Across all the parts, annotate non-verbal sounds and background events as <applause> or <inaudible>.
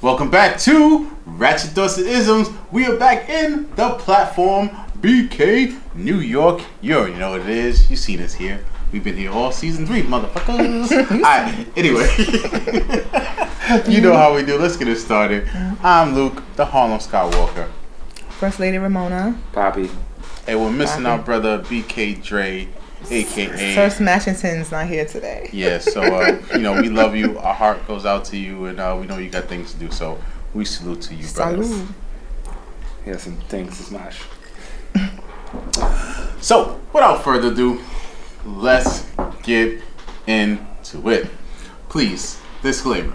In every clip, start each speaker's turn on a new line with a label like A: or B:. A: Welcome back to Ratchet Dusted Isms. We are back in the platform BK New York. You already know what it is. You've seen us here. We've been here all season three,
B: <laughs>
A: motherfuckers. Alright, anyway. <laughs> you know how we do. Let's get it started. I'm Luke, the Harlem Skywalker.
B: First Lady Ramona.
C: Poppy.
A: And we're missing our brother BK Dre, aka
B: Sir Smashington's not here today.
A: Yeah, so uh, you know we love you. Our heart goes out to you, and uh, we know you got things to do. So we salute to you, brother.
B: Salud.
C: He has some things to smash.
A: So without further ado, let's get into it. Please, disclaimer.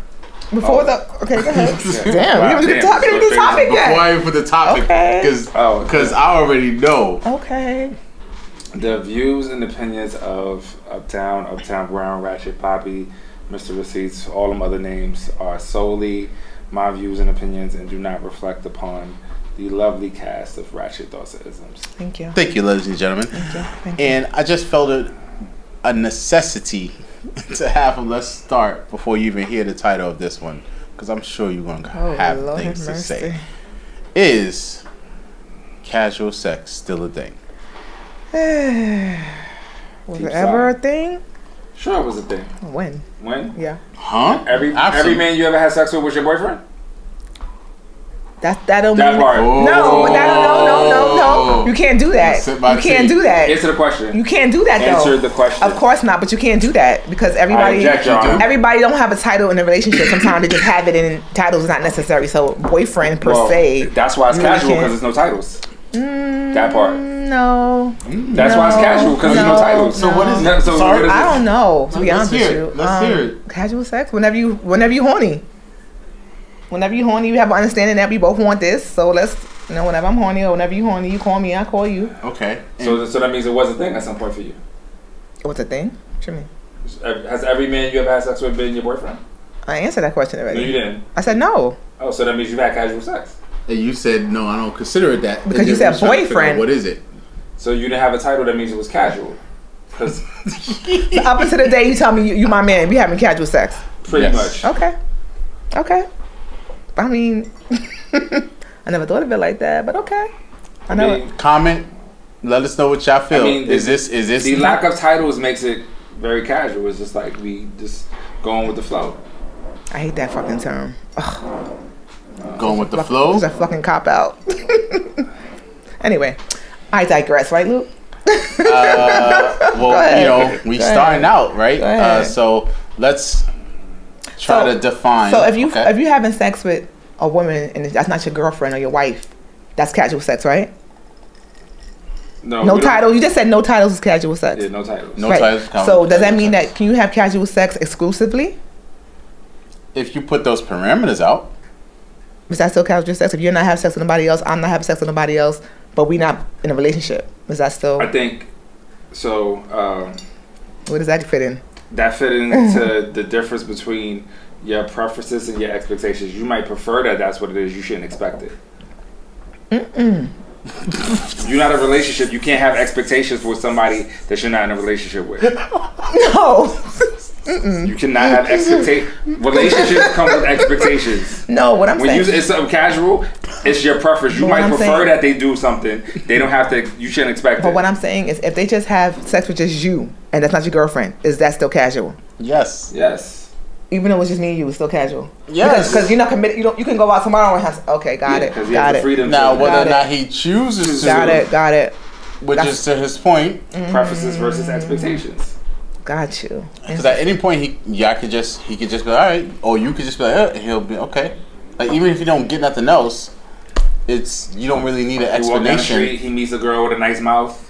B: Before the okay, go ahead. Damn,
C: Wow,
B: we haven't even
C: damn,
B: talking
C: so
B: about the
C: crazy.
B: topic
A: Before
B: yet.
A: I even put the topic,
B: Okay.
A: because
C: Oh, okay.
A: I already know.
B: Okay.
C: The views and opinions of Uptown, Uptown Brown, Ratchet Poppy, Mr. Receipts, all them other names are solely my views and opinions and do not reflect upon the lovely cast of Ratchet Dawsonisms.
B: Thank you.
A: Thank you, ladies and gentlemen.
B: Thank you. Thank you.
A: And I just felt it a necessity <laughs> to have them. Let's start before you even hear the title of this one, because I'm sure you're gonna
B: Oh,
A: have
B: Lord have
A: things to say.
B: mercy.
A: is casual sex still a thing?
B: Was
C: Deep
B: it ever a thing?
C: Sure, it was a thing.
B: When?
C: When?
B: Yeah.
A: Huh?
C: Every
A: Absolute-
C: every man you ever had sex with was your boyfriend?
B: That that'll
C: That
B: mean
C: part.
A: Oh.
B: No, but that no no no no. You can't do that.
A: Sit by
B: You can't
A: tea.
B: do that.
C: Answer the question.
B: You can't do that though.
C: Answer the question.
B: Of course not, but you can't do that because
C: I
B: everybody
C: object, Your Honor.
B: everybody don't have a title in a relationship. Sometimes they just have it, and titles is not necessary. So boyfriend per
C: Well,
B: se.
C: That's why it's
B: really
C: casual
B: can't. Mm.
C: because there's no titles. that part.
B: No,
C: That's why it's
B: No,
C: casual because there's
B: no,
C: no titles.
B: So what is
C: No,
A: it?
C: So
A: Sorry?
C: what is
B: I
C: it?
B: don't know. To be
A: Let's
B: honest
A: hear
B: with
A: it.
B: you, Um,
A: Let's hear it.
B: Casual sex whenever you whenever you horny. Whenever you horny, you have an understanding that we both want this. So let's you know whenever I'm horny or whenever you horny, you call me, I call you.
A: Okay. And-
C: So, so that means it was a thing at some point for you.
B: What's the thing? What you mean?
C: Has every man you ever had sex with been your boyfriend?
B: I answered that question
C: No, you
B: already.
C: didn't.
B: I said no.
C: Oh, so that means you've had casual sex.
A: and you said no, I don't consider it that.
B: Because
A: And
B: you
A: then
B: said
A: we're trying to figure out
B: boyfriend.
A: What is it?
C: So you didn't have a title. That means it was casual. Because
B: Up until the day you tell me you, you my man, we having casual sex.
C: pretty
A: Yes.
C: much.
B: Okay. Okay. I mean, <laughs> I never thought of it like that, but okay. I know.
C: The,
B: it.
A: Comment. Let us know what y'all feel.
C: mean,
A: is
C: the-
A: this is this
C: the lack of titles makes it very casual. It's just like we just going with the flow.
B: I hate that fucking term. Ugh,
A: going with the flow?
B: it's a fucking cop out. <laughs> anyway, I digress, right, Luke?
A: Uh, well,
B: ahead.
A: you know, we
B: Go ahead.
A: starting out right.
B: Go
A: Uh,
B: ahead.
A: so let's try
B: So-
A: to define.
B: So if you
A: okay?
B: if you having sex with a woman and that's not your girlfriend or your wife, that's casual sex, right?
C: No,
B: No
C: we don't-
B: title. You just said no titles is casual sex.
C: Yeah, no titles.
A: No.
B: right.
A: titles is casual-
B: So does that
A: casual
B: mean
A: sex.
B: that can you have casual sex exclusively?
A: if you put those parameters out,
B: Is that still casual sex? If you're not having sex with nobody else, I'm not having sex with nobody else, but we not in a relationship. Is that still
C: I think so. Um,
B: where does that fit in? <laughs>
C: that fit into the difference between your preferences and your expectations. You might prefer that that's what it is. You shouldn't expect it. <laughs> you're not in a relationship. You can't have expectations for somebody that you're not in a relationship with.
B: No,
C: You cannot have expectations. Relationships come with expectations.
B: no. What I'm
C: When you
B: saying.
C: it's something casual, it's your preference. You
B: But what
C: might
B: I'm
C: prefer
B: saying-
C: that they do something. They don't have to. You shouldn't expect
B: but
C: it.
B: what I'm saying is, if they just have sex with just you and that's not your girlfriend, is that still casual?
A: yes,
C: yes.
B: Even though it's just me and you, it's still casual.
A: yes.
B: Because you're not committed. You don't. You can go out tomorrow and have. Okay, got
C: Yeah,
B: it.
C: 'cause you have
B: Got
C: the
B: it.
C: freedom
A: Now,
C: to
A: whether or
B: Got it.
A: not he chooses to,
B: Got it. Got it.
A: which
B: That's-
A: is to his point,
C: preferences versus
B: Mm-hmm.
C: expectations.
B: Got you.
A: because at any point he, y'all could just he could just be like, all right, or you could just be like, eh, and he'll be okay. Like even if you don't get nothing else, it's you don't really need an
C: He walk down the
A: explanation.
C: street, he meets a girl with a nice mouth.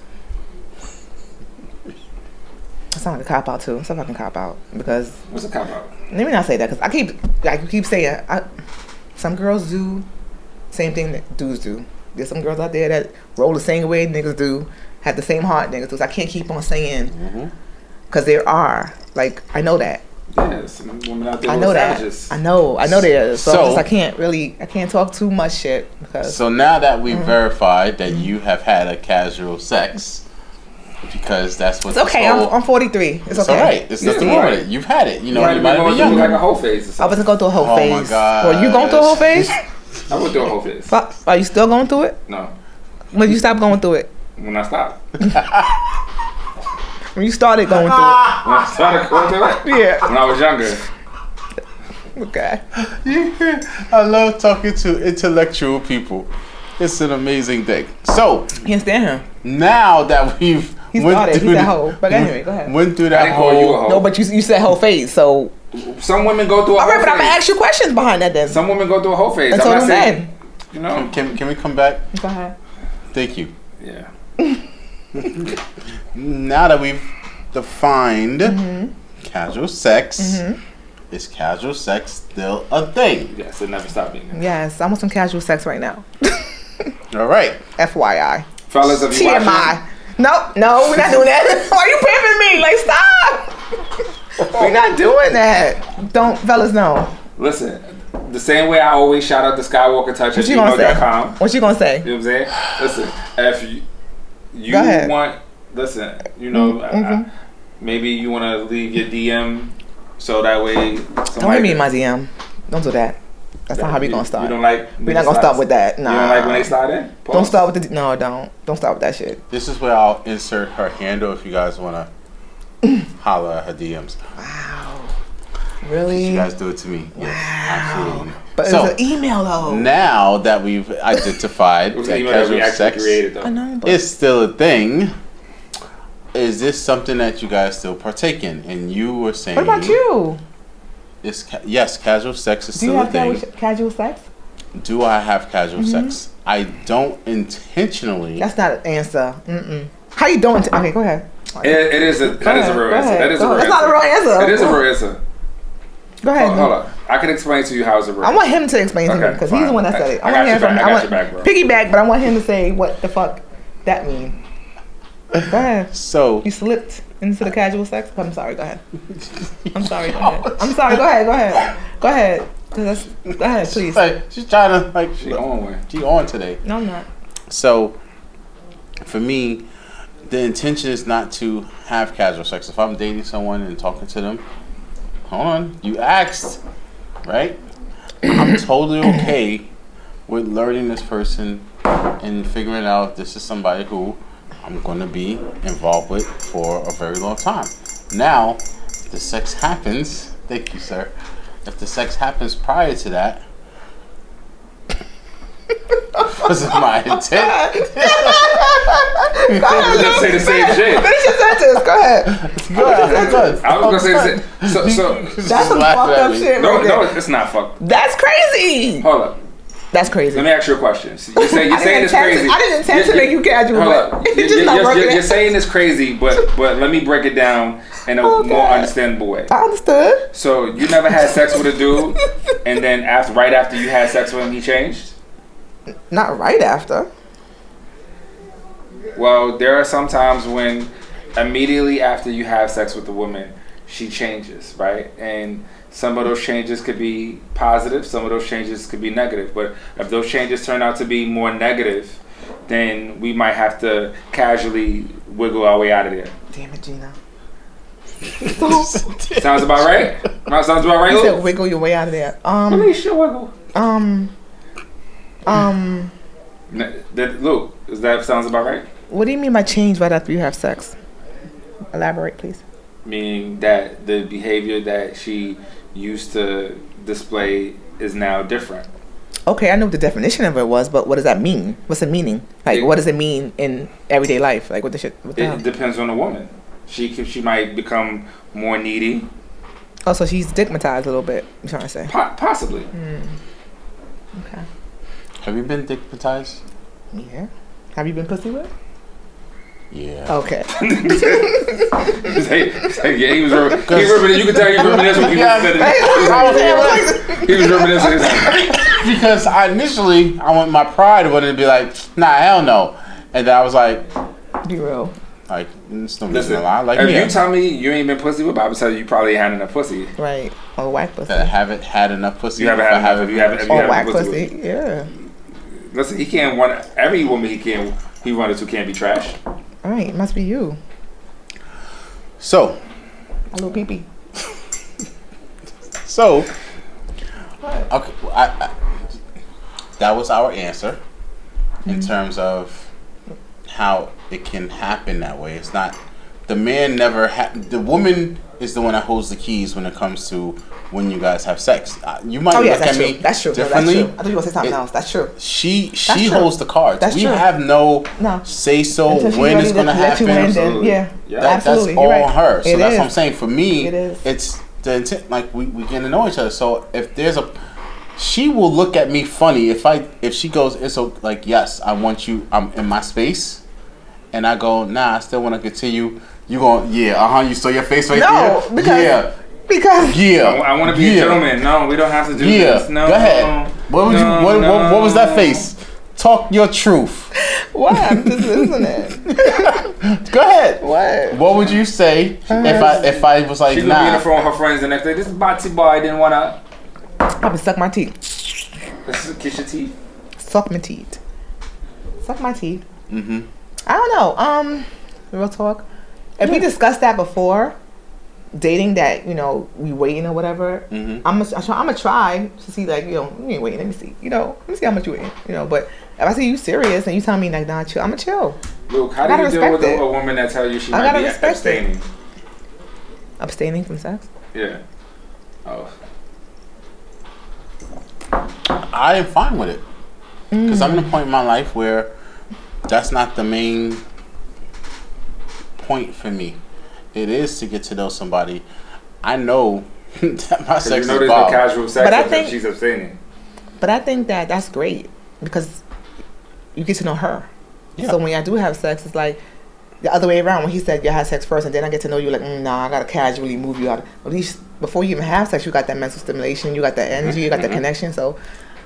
B: That sounds like a cop out too. It's a fucking cop out because
C: What's a cop out?
B: let me not say that because I keep like you keep saying I, some girls do same thing that dudes do. There's some girls out there that roll the same way niggas do, have the same heart niggas do. So I can't keep on
C: Mm-hmm.
B: saying because there are like I know that
C: Yeah, some women out there
B: I
C: who
B: know
C: are
B: that
C: savages.
B: I know I know there is. So,
A: So-
B: I'm just- I can't really I can't talk too much shit because Mm-hmm.
A: So now that we have verified that you have had a casual sex, because that's what
B: It's okay. I'm,
A: whole-
B: I'm 43. It's,
A: it's
B: okay.
A: all right. It's
C: Yeah.
A: nothing wrong with it. You've had it. You know, you might
C: going
A: be
C: through like a
A: younger.
C: whole phase. Or
B: I
C: something.
B: wasn't going through a whole
A: Oh my
B: phase. Well, you going through a whole phase?
C: I went through a whole phase.
B: Fuck. Are you still going through it?
C: No,
B: When you stop going through it?
C: when I stopped,
B: When you started going through
C: when I started going through it,
B: it? Yeah.
C: when I was younger.
B: Okay.
A: <laughs> I love talking to intellectual people. It's an amazing thing. So
B: Can't stand him.
A: now that we've
B: He's got it. He's a hoe.
A: <laughs>
B: But anyway, go ahead.
A: Went through
C: I
A: that
C: didn't call you a
A: whole.
C: hoe.
B: No, but you you said whole phase. So
C: Some women go through a
B: all right,
C: whole
B: but I'm gonna
C: phase.
B: ask you questions behind that then.
C: Some women go through a whole phase.
B: Until
C: I'm not saying,
B: then.
C: you know.
A: Can can we come back?
B: Go ahead.
A: Thank you.
C: Yeah.
A: Now that we've defined
B: Mm-hmm.
A: casual sex, is casual sex still a thing?
C: Yes, it never stopped being.
B: Yes, I'm on some casual sex right now.
A: All right.
B: FYI.
C: Fellas, if you watching,
B: TMI. Nope, no, we're not doing that. <laughs> Why are you pimping me? Like, stop. we're not doing that. Don't, fellas, no.
C: listen. The same way I always shout out to Skywalker Touch at
B: What you gonna say?
C: gmail.com.
B: What you gonna say?
C: You know what I'm saying? Listen, if you, you
B: Go ahead. Mm-hmm,
C: want, listen, you know, I- I, maybe you want to leave your DM so that way.
B: Don't hit
C: somebody-
B: me in my DM. Don't do that. That's not how we
C: you-
B: gonna
C: You
B: start.
C: don't like.
B: We're not gonna start with that.
C: You don't
B: Nah.
C: like when they slide in. Pause.
B: Don't start with the. No, don't. Don't start with that shit.
A: This is where I'll insert her handle if you guys
B: <coughs>
A: want to holler at her DMs.
B: Really?
A: You guys do it to me. Yes, absolutely.
B: But
A: so,
B: it's an email though.
A: now that we've identified
C: <laughs> It was
A: that
C: an email that we
A: casual
C: actually
A: sex
C: created though.
B: I know, but
A: is still a thing, is this something that you guys still partake in? And you were saying,
B: what about you?
A: It's ca- yes, casual sex is
B: Do you
A: still a
B: have
A: thing.
B: casual, casual sex?
A: Do I have casual
B: Mm-hmm.
A: sex? I don't intentionally.
B: That's not an answer. Mm-mm. How you doing? T- okay, go ahead.
C: It, it is a that is a
B: ahead,
C: real
B: go
C: answer.
B: ahead,
C: That is a
B: go
C: real
B: ahead. That's not a real answer.
C: It is a real answer.
B: Go ahead.
C: Hold, hold on, I can explain to you how it's a real.
B: I want him to explain to me
C: Okay,
B: because he's the
C: fine.
B: one that said it.
C: I
B: I, want
C: got
B: to hear
C: your
B: from.
C: back,
B: I
C: I
B: want
C: got your back, bro.
B: piggyback, but I want him to say what the fuck that mean. Go ahead.
A: So
B: <laughs>
A: <laughs>
B: You slipped into the casual sex. I'm sorry. Go ahead. I'm sorry. Go ahead. I'm sorry. Go ahead. Go ahead. Go ahead. 'Cause that's- go ahead, please.
A: like, she's trying to like
C: She on one.
A: she on today.
B: No, I'm not.
A: So for me, the intention is not to have casual sex. If I'm dating someone and talking to them, hold on, you asked, right? I'm totally okay with learning this person and figuring out if this is somebody who I'm going to be involved with for a very long time. Now, if the sex happens, thank you, sir. If the sex happens prior to that, <laughs> wasn't my intent.
B: Go
C: I was
B: ahead.
C: gonna say the same shit.
B: Finish your sentence. Go ahead.
C: I was gonna say the same. So, so
B: That's some
A: Laugh
B: fucked
A: at
B: up
A: me.
B: shit.
C: no,
B: Right
C: no,
B: there.
C: it's not fucked.
B: That's crazy.
C: Hold up.
B: That's
C: Let
B: crazy.
C: me ask you a question. So You're saying,
B: I didn't
C: you're saying it's
B: intend to-
C: crazy.
B: I didn't intend to make you casual,
C: hold
B: but
C: up.
B: <laughs> it's
C: You're-
B: just not
C: you're- you're-
B: working.
C: You're saying it's crazy, but
B: <laughs>
C: but let me break it down in a
B: Oh,
C: more
B: God.
C: understandable way.
B: I understood.
C: So you never had sex with a dude, and then after, right after you had sex with him, he changed.
B: Not right after.
C: Well, there are some times when immediately after you have sex with a woman, she changes, right? And some of those changes could be positive, some of those changes could be negative. But if those changes turn out to be more negative, then we might have to casually wiggle our way out of there.
B: Damn it, Gina.
C: Sounds about <laughs> right? No, sounds about
B: You said
C: right?
B: wiggle your way out of there. Um,
C: Alicia wiggle.
B: um, um.
C: N- that- Luke, is that sounds about right?
B: What do you mean by change right after you have sex? Elaborate, please.
C: Meaning that the behavior that she used to display is now different.
B: Okay, I knew what the definition of it was, but what does that mean? What's the meaning? Like, what does it mean in everyday life? Like, what the shit? What the
C: It
B: hell?
C: depends on the woman. She could, she might become more needy,
B: Oh, so she's stigmatized a little bit. I'm trying to say.
C: po- possibly.
B: Okay.
A: Have you been dickmatized?
B: Yeah. Have you been pussy with?
A: Yeah.
B: Okay. <laughs>
C: It's like- it's like, yeah, he was. Rem- he remin- you could tell he reminisced. when He was
B: Oh.
C: <laughs> reminiscing. He was reminiscing. His
A: <laughs> because I initially I want my pride wanted to be like, nah, hell no. And then I was like,
B: Be real.
A: like "Mm, it's no reason
C: Listen,
A: to lie. Like
C: if
A: yeah,
C: you tell me you ain't been pussy with, I would tell you you probably had enough pussy.
B: Right. Or whack pussy.
A: that I haven't had enough pussy.
C: You haven't
A: if
C: had
A: I
C: enough, if you haven't- if you
B: Or
C: haven't-
B: whack
C: pussy
B: pussy. Yeah.
C: Listen, he can't want every woman he can he wanted to can't be trash.
B: All right. Must be you.
A: So,
B: A little pee pee.
A: so, okay, well, I, I, that was our answer
B: Mm-hmm.
A: in terms of how it can happen that way. It's not the man never ha- the woman is the one that holds the keys when it comes to when you guys have sex. Uh, You might
B: Oh yeah,
A: look
B: that's
A: at
B: true.
A: me
B: That's true. No, that's
A: differently.
B: true. I thought you were gonna say something
A: It-
B: else. That's true.
A: She
B: That's
A: she
B: true.
A: holds the cards.
B: That's
A: we
B: true.
A: have no,
B: No.
A: say so
B: Until she's
A: Oh, when
B: ready
A: it's
B: to
A: gonna
B: let you
A: happen.
B: in, then-
C: Absolutely.
B: yeah.
C: Yeah.
A: That,
B: Absolutely,
A: That's all
B: you're right.
A: on her. So
B: It
A: that's what I'm
B: is.
A: saying. For me,
B: It is.
A: it's the intent. Like we we get to know each other. So if there's a, she will look at me funny if I if she goes it's o like yes I want you I'm in my space, and I go nah I still want to continue. You going yeah uh huh you saw your face right
B: No,
A: there
B: because
A: yeah
B: because
A: yeah
C: I, want to be
A: yeah.
C: a gentleman. No, we don't have to do
A: Yeah,
C: this. No.
A: go ahead. What would
C: No,
A: you? What, what, what was that
C: no.
A: face? Talk your truth.
B: <laughs> why? I'm just listening.
A: Go ahead.
B: What?
A: What would you say if I if I was like
C: She's gonna be in
A: nah?
C: the front with her friends the next day. This botsy boy didn't wanna
B: I would suck my teeth.
C: Let's kiss your teeth.
B: Suck my teeth. Suck my teeth.
A: hmm
B: I don't know. Um, real talk. If we discussed that before, dating that you know we waiting or whatever,
A: Mhm.
B: I'm gonna I'm gonna try to see like you know you ain't waiting. Let me see. You know, let me see how much you waiting. You know, but if I see you serious and you tell me like nah, chill, I'm gonna chill.
C: Luke, how
B: Gotta
C: do you deal with
B: respect
C: a,
B: it.
C: a woman that tell you she
B: I
C: might
B: gotta
C: be
B: respect it.
C: abstaining?
B: Abstaining from sex.
C: Yeah. Oh.
A: I am fine with it because I'm in a point in my life where that's not the main point for me. It is to get to know somebody. I know <laughs> that my
C: 'Cause
A: sex
C: you know
A: is
C: there's no
A: Bob.
C: casual sex
B: But I
C: if
B: think-
C: she's abstaining.
B: But I think that that's great because you get to know her.
A: Yeah.
B: So when I do have sex, it's like the other way around. When he said you had sex first, and then I get to know you, like mm, nah, I gotta casually move you out. At least before you even have sex, you got that mental stimulation, you got that energy, you got that connection. So,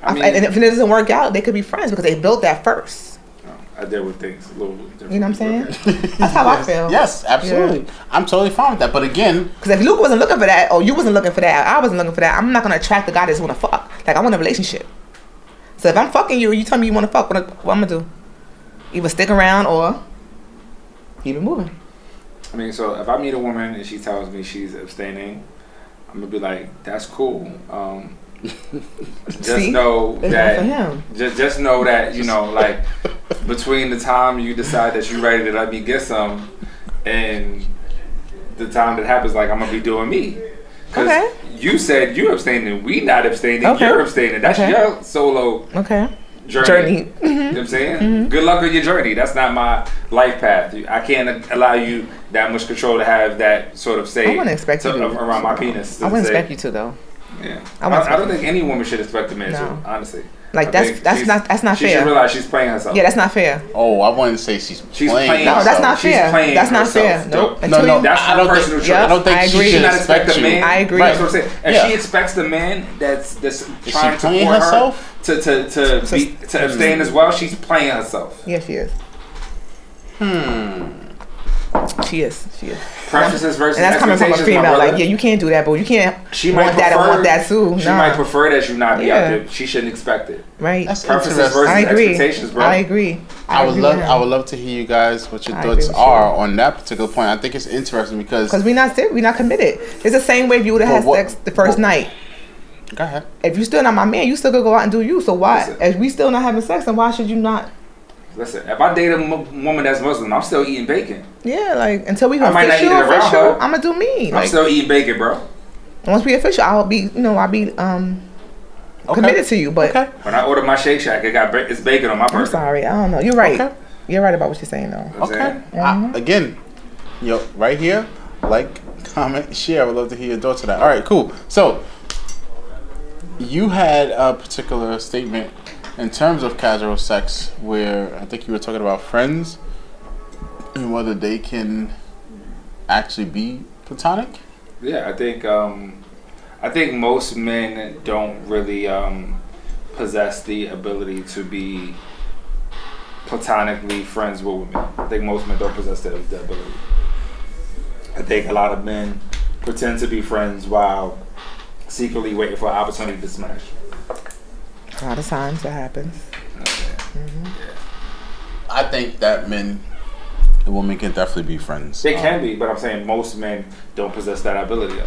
C: I
B: I
C: mean-
B: and if it doesn't work out, they could be friends because they built that first.
C: No, Oh, I deal with things a little different.
B: You know what I'm saying? That's how I feel.
A: Yes, absolutely. I'm totally fine with that. But again,
B: Because if Luke wasn't looking for that, or you wasn't looking for that, or I wasn't looking for that, I'm not gonna attract the guy that's wanna fuck. Like I want a relationship. So if I'm fucking you, you tell me you wanna fuck. What, I, what I'm gonna do? Either stick around or keep it moving.
C: I mean, so if I meet a woman and she tells me she's abstaining, I'm gonna be like, "That's cool."
A: <laughs>
C: Um, just
B: See?
C: know
B: It's not for
C: that.
B: him.
C: Just, just know that
B: <laughs>
C: you know, like, between the time you decide that you're ready to let me get some, and the time that happens, like, I'm gonna be doing me. Cause
B: Okay.
C: you said you abstaining, we not abstaining.
B: Okay.
C: You're abstaining. That's
B: Okay.
C: your solo
B: Okay.
C: journey.
B: Journey. Mm-hmm.
C: You know what I'm saying? Good luck on your journey. That's not my life path. You- I can't allow you that much control to have that sort of say
B: I wouldn't expect
C: to-
B: you to.
C: around my penis. to
B: I wouldn't
C: say-
B: expect you to though.
C: Yeah.
B: I
C: I,
B: wouldn't
C: I,
B: expect
C: don't
B: you
C: think any woman should expect a man
B: No.
C: to, honestly.
B: Like,
C: I
B: that's-
C: think
B: that's
C: she's-
B: not- that's not
C: she
B: fair.
C: should realize she's playing herself.
B: Yeah, that's not fair.
A: oh, I wouldn't say she's,
C: She's
A: playing.
C: playing
A: herself.
B: No, that's not
C: She's
B: fair.
C: playing
B: That's not
C: herself,
B: fair.
C: though.
B: Nope.
A: No,
B: Until
A: no,
B: you,
C: That's
A: I
C: her
A: don't
C: personal
A: think.
C: choice.
A: I don't think
B: I
A: she
B: agree.
C: She should
A: should
C: not
A: expect,
C: expect a
A: you.
C: man.
B: I agree.
C: That's what I'm saying. If
A: Yeah.
C: she expects the man that's that's
A: she
C: trying to
A: playing
C: support
A: herself?
C: her to to to,
B: So-
C: be, to abstain as well, she's playing herself.
B: Hmm. Yeah, she is. Hmm. She is. She is.
C: Preferences versus
B: And that's coming from a
C: expectations, my
B: female.
C: brother.
B: Like, yeah, you can't do that, but you can't
C: She
B: want
C: might
B: that
C: prefer,
B: and want that too.
C: She
B: nah.
C: might prefer that you not be
B: Yeah.
C: out there. She shouldn't expect it.
B: right.
A: That's
C: Preferences
A: interesting.
C: versus
B: I agree.
C: expectations, bro.
B: I agree.
A: I would
B: agree
A: love.
B: with
A: I
B: him.
A: would love to hear you guys what your
B: I agree
A: thoughts
B: with
A: are on that particular point. I think it's interesting because.
B: Cause we not ser- we not committed. It's the same way if you would have
A: But
B: had
A: what-
B: sex the first
A: but-
B: night.
A: go ahead.
B: If you still not my man, you still could go out and do you. So why?
C: Listen.
B: If we still not having sex, then why should you not?
C: Listen, if I date a m- woman that's Muslim, I'm still eating bacon.
B: Yeah, like until we
C: I might not
B: official,
C: eat it around
B: official,
C: her.
B: I'm gonna do me.
C: I'm
B: Like
C: still eating bacon, bro.
B: once we official, I'll be you know I'll be um
A: Okay.
B: committed to you. But
A: Okay.
C: When I order my Shake Shack, it got ba- it's bacon on my
B: I'm
C: burger.
B: sorry, I don't know. You're right.
A: Okay.
B: You're right about what you're saying though.
C: You know what I'm
A: Okay.
C: saying?
A: I, again, yo, right here, like, <laughs> comment, share. I would love to hear your thoughts on that. All right, cool. So, you had a particular statement in terms of casual sex where I think you were talking about friends and whether they can actually be platonic.
C: Yeah, I think um, I think most men don't really um, possess the ability to be platonically friends with women. I think most men don't possess that, that ability. I think a lot of men pretend to be friends while secretly waiting for an opportunity to smash.
B: A lot of times that happens.
A: I think that men the woman can definitely be friends.
C: They
A: Um,
C: can be, but I'm saying most men don't possess that ability. Though.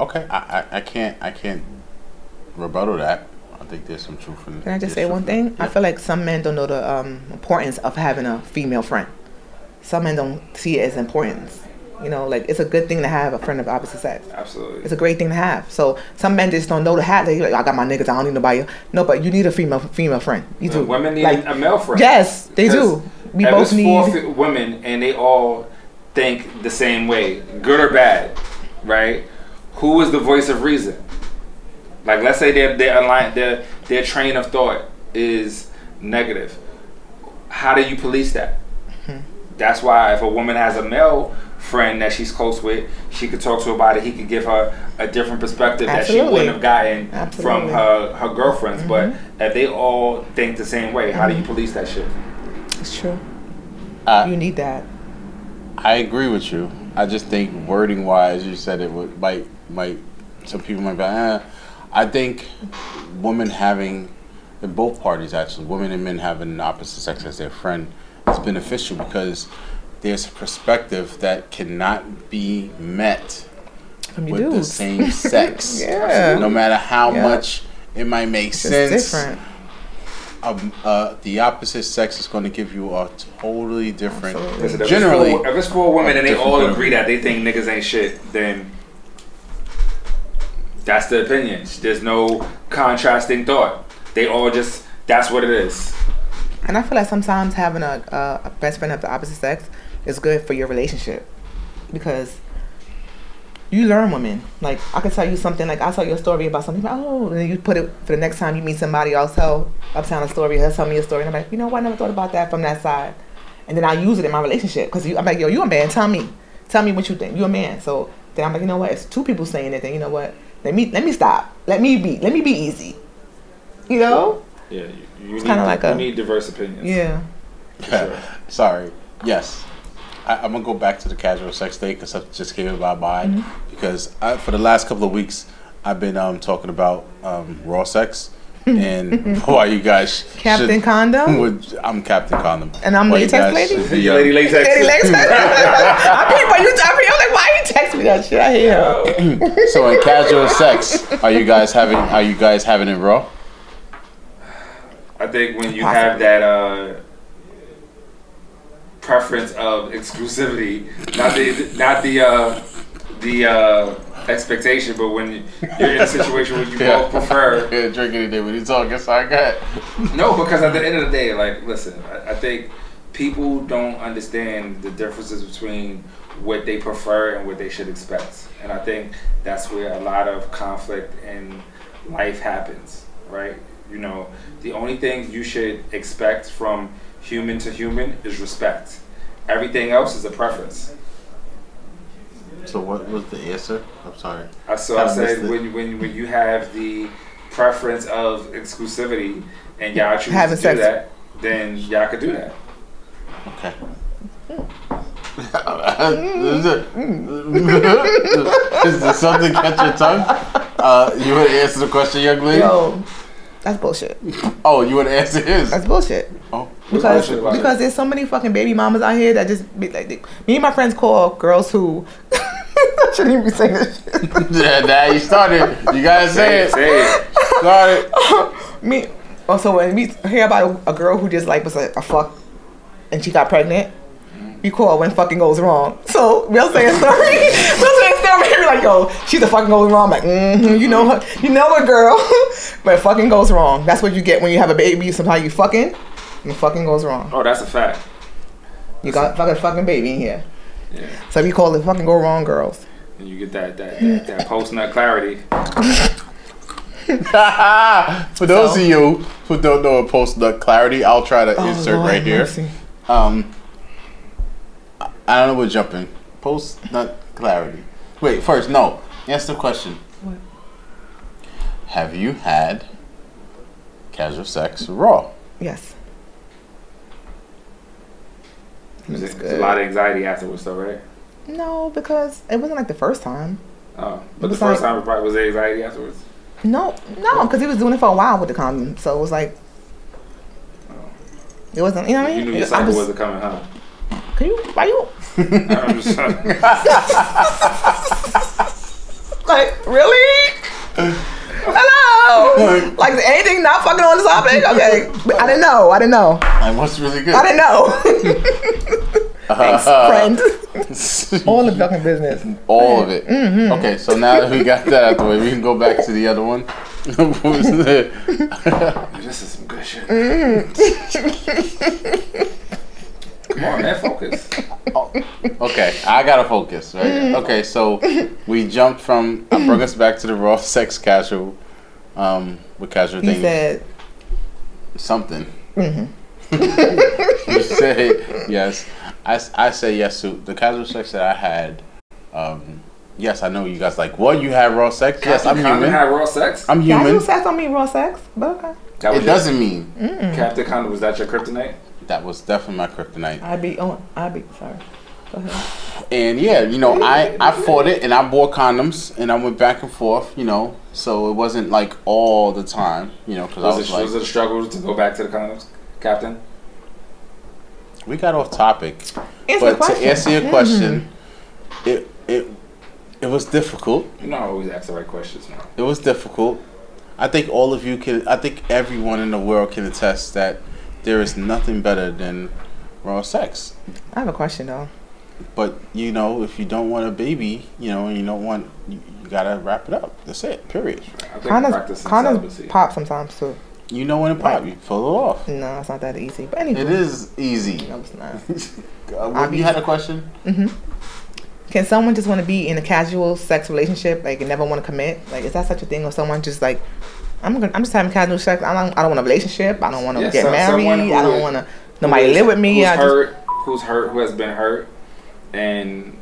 A: Okay, I, I, I can't I can't rebuttal that. I think there's some truth in.
B: Can I
A: there's
B: just say
A: truth
B: one
A: in-
B: thing? I
A: Yeah.
B: feel like some men don't know the um, importance of having a female friend. Some men don't see it as importance. You know, like it's a good thing to have a friend of opposite sex. It's
C: Absolutely.
B: a great thing to have. So some men just don't know to have. They like, I got my niggas. I don't need nobody. else." No, but you need a female female friend. You do.
C: Women need
B: Like,
C: a male friend.
B: Yes, they do.
C: Because
B: We
C: if
B: both
C: it's Four
B: need.
C: fi- women, and they all think the same way, good or bad, right? Who is the voice of reason? Like, let's say their their align their their train of thought is negative. How do you police that?
B: Hmm.
C: That's why if a woman has a male friend that she's close with, she could talk to about it. He could give her a different perspective that she
B: Absolutely.
C: wouldn't have gotten from
B: Absolutely. Mm-hmm.
C: her her girlfriends. But if they all think the same way, how do you police that shit?
B: It's true.
A: Uh,
B: You need that.
A: I agree with you. I just think wording wise, you said it would might might some people might be. Like, eh. I think women having in both parties actually, women and men having the opposite sex as their friend is beneficial because there's a perspective that cannot be met
B: From you
A: with the
B: dudes. <laughs>
A: same sex.
B: Yeah.
A: No matter how
B: Yeah.
A: much it might make
B: It's
A: sense
B: different.
A: um, uh, the opposite sex is going to give you a totally different.
B: Absolutely.
C: Listen, if it's
A: Generally,
C: four- if it's four women and they
A: different
C: all
A: women.
C: agree that they think niggas ain't shit, then that's the opinion. There's no contrasting thought. They all just that's what it is.
B: And I feel like sometimes having a, a, a best friend of the opposite sex is good for your relationship because you learn women. Like I could tell you something. Like I tell you a story about something. Oh, and then you put it for the next time you meet somebody. I'll tell uptown a story. He'll tell me a story, and I'm like, you know what? I never thought about that from that side. And then I use it in my relationship because I'm like, yo, you a man. Tell me, tell me what you think. You a man. So then I'm like, you know what? It's two people saying it. Then you know what? Let me let me stop. Let me be. Let me be easy. You know?
C: Yeah, you, you need
B: kinda like
C: you
B: a-
C: need diverse opinions.
B: Yeah.
C: Sure.
A: Sorry. Yes. I, I'm gonna go back to the casual sex day because I just came in my mind
B: Mm-hmm.
A: because I, for the last couple of weeks I've been um, talking about um, raw sex and <laughs> why you guys should-
B: Mm-hmm. <laughs>
A: Hmm.
B: Captain Condom?
A: <laughs> would, I'm Captain Condom
B: And I'm
A: Why you
B: latex
A: guys
B: lady?
A: should be,
C: Your
A: um,
C: <laughs> lady latex.
B: Daddy Lex. I peep when you I peep, I'm like, why you text me that shit? I hear her.
A: so in casual
B: <laughs>
A: sex are you guys having are you guys having it raw
C: I think when you have that uh, preference of exclusivity, not the not the uh, the uh, expectation, but when you're in a situation where you
A: Yeah.
C: both prefer
A: yeah drinking today when he's talking sorry go ahead
C: No, because at the end of the day, like, listen, I, I think people don't understand the differences between what they prefer and what they should expect. And I think that's where a lot of conflict in life happens, right? You know, the only thing you should expect from human to human is respect. Everything else is a preference.
A: so what was the answer I'm sorry
C: I so I
A: Kinda
C: said
A: missed it.
C: when you- when when you have the preference of exclusivity and y'all choose
B: Having
C: to do
B: sex.
C: that, then y'all could do that.
A: Okay. Is it- <laughs> Is there something catch your tongue? Uh, you want to answer the question, young lady?
B: Yo, that's bullshit.
A: Oh, you want to answer his?
B: That's bullshit.
A: Oh,
B: Because
C: bullshit about it?
B: because there's so many fucking baby mamas out here that just be like, they- me and my friends call girls who. <laughs> I shouldn't even be saying this. shit.
A: yeah, now you started. You gotta say it.
C: Say it.
A: Started. <laughs>
B: me. Also, when we hear about a, a girl who just like was a, a fuck, and she got pregnant. We call when fucking goes wrong. So we'll say a story. we'll say a story. We're like, yo, she's a fucking goes wrong. I'm like, mm you know her, you know her, girl. <laughs> but fucking goes wrong. That's what you get when you have a baby. Sometimes you fucking, and fucking goes wrong.
C: Oh, that's a fact.
B: You got fucking fucking baby in here.
C: Yeah,
B: So we call it fucking go wrong, girls.
C: and you get that that that, that post nut clarity.
A: For those of you who don't know a post nut clarity, I'll try to insert
B: Oh, Lord
A: right here.
B: mercy.
A: Um, I- I don't know. We're jumping. Post nut clarity. Wait, first, no. Answer the question.
B: What?
A: Have you had casual sex raw?
B: Yes.
C: There's
B: That's
C: a
B: good.
C: lot of anxiety afterwards, though, right?
B: No, because it wasn't like the first time.
C: Oh, but the
B: It's
C: first
B: like-
C: time it probably was anxiety afterwards.
B: No, no, because he was doing it for a while with the condom, so it was like It wasn't, you know what I
C: You
B: mean?
C: knew your
B: I
C: cycle
B: was,
C: wasn't coming, huh?
B: Can you? Why you?
C: <laughs> I'm just trying-
B: Like really? Hello.
A: Right.
B: like is anything not fucking on the topic? Okay. But I didn't know. I didn't know.
A: Like, what's really good?
B: I didn't know. Thanks, friend.
A: friend.
B: All the fucking business.
A: <laughs> All of it.
B: Mm-hmm.
A: Okay, so now that we got that out the way, we can go back to the other one. <laughs> What was it?
C: <laughs> this is some good shit. Come on, man, focus.
A: okay, I gotta focus, right?
B: Mm-hmm.
A: Okay, so we jumped from I brought us back to the raw <laughs> sex casual, um, with casual
B: He
A: things.
B: said,
A: something. <laughs> you say yes. I, s- I say yes to the casual sex that I had. Um, yes, I know you guys like what you had raw sex. Yes, I'm
C: Captain
A: human.
C: Had raw sex.
A: I'm
B: casual
A: human.
B: sex don't mean raw sex, but okay.
C: That
A: It
C: was
A: doesn't mean
C: Your, Captain Condom. Was that your kryptonite?
A: that was definitely my kryptonite.
B: I be on. I be sorry. Go ahead.
A: And yeah, you know, I I fought it and I bought condoms and I went back and forth. You know, so it wasn't like all the time. You know, because I
C: Was,
A: was
C: it,
A: like,
C: was it a struggle to go back to the condoms, Captain?
A: we got off topic.
B: Answer the
A: But to
B: question.
A: answer your question, it it it was difficult.
C: You know, I always ask the right questions now.
A: It was difficult. I think all of you can. I think everyone in the world can attest that there is nothing better than raw sex.
B: I have a question though.
A: But you know, if you don't want a baby, you know, and you don't want, you, you gotta wrap it up. That's it. Period.
C: I think
B: Condoms,
C: practicing celibacy.
B: condoms pop sometimes too.
A: You know when it pop, you pull it off.
B: No, it's not that easy. But anyway,
A: It is easy.
B: <laughs> No, it's not.
A: Uh, what- you had a question?
B: Can someone just want to be in a casual sex relationship, like and never want to commit? Like, is that such a thing, or someone just like, I'm gonna, I'm just having casual sex. I don't, I don't want a relationship. I don't want to
C: Yeah,
B: get
C: some-
B: married.
C: someone who
B: I don't
C: is-
B: want to nobody
C: Who's-
B: live with me.
C: Who's
B: I just,
C: hurt? Who's hurt? Who has been hurt? And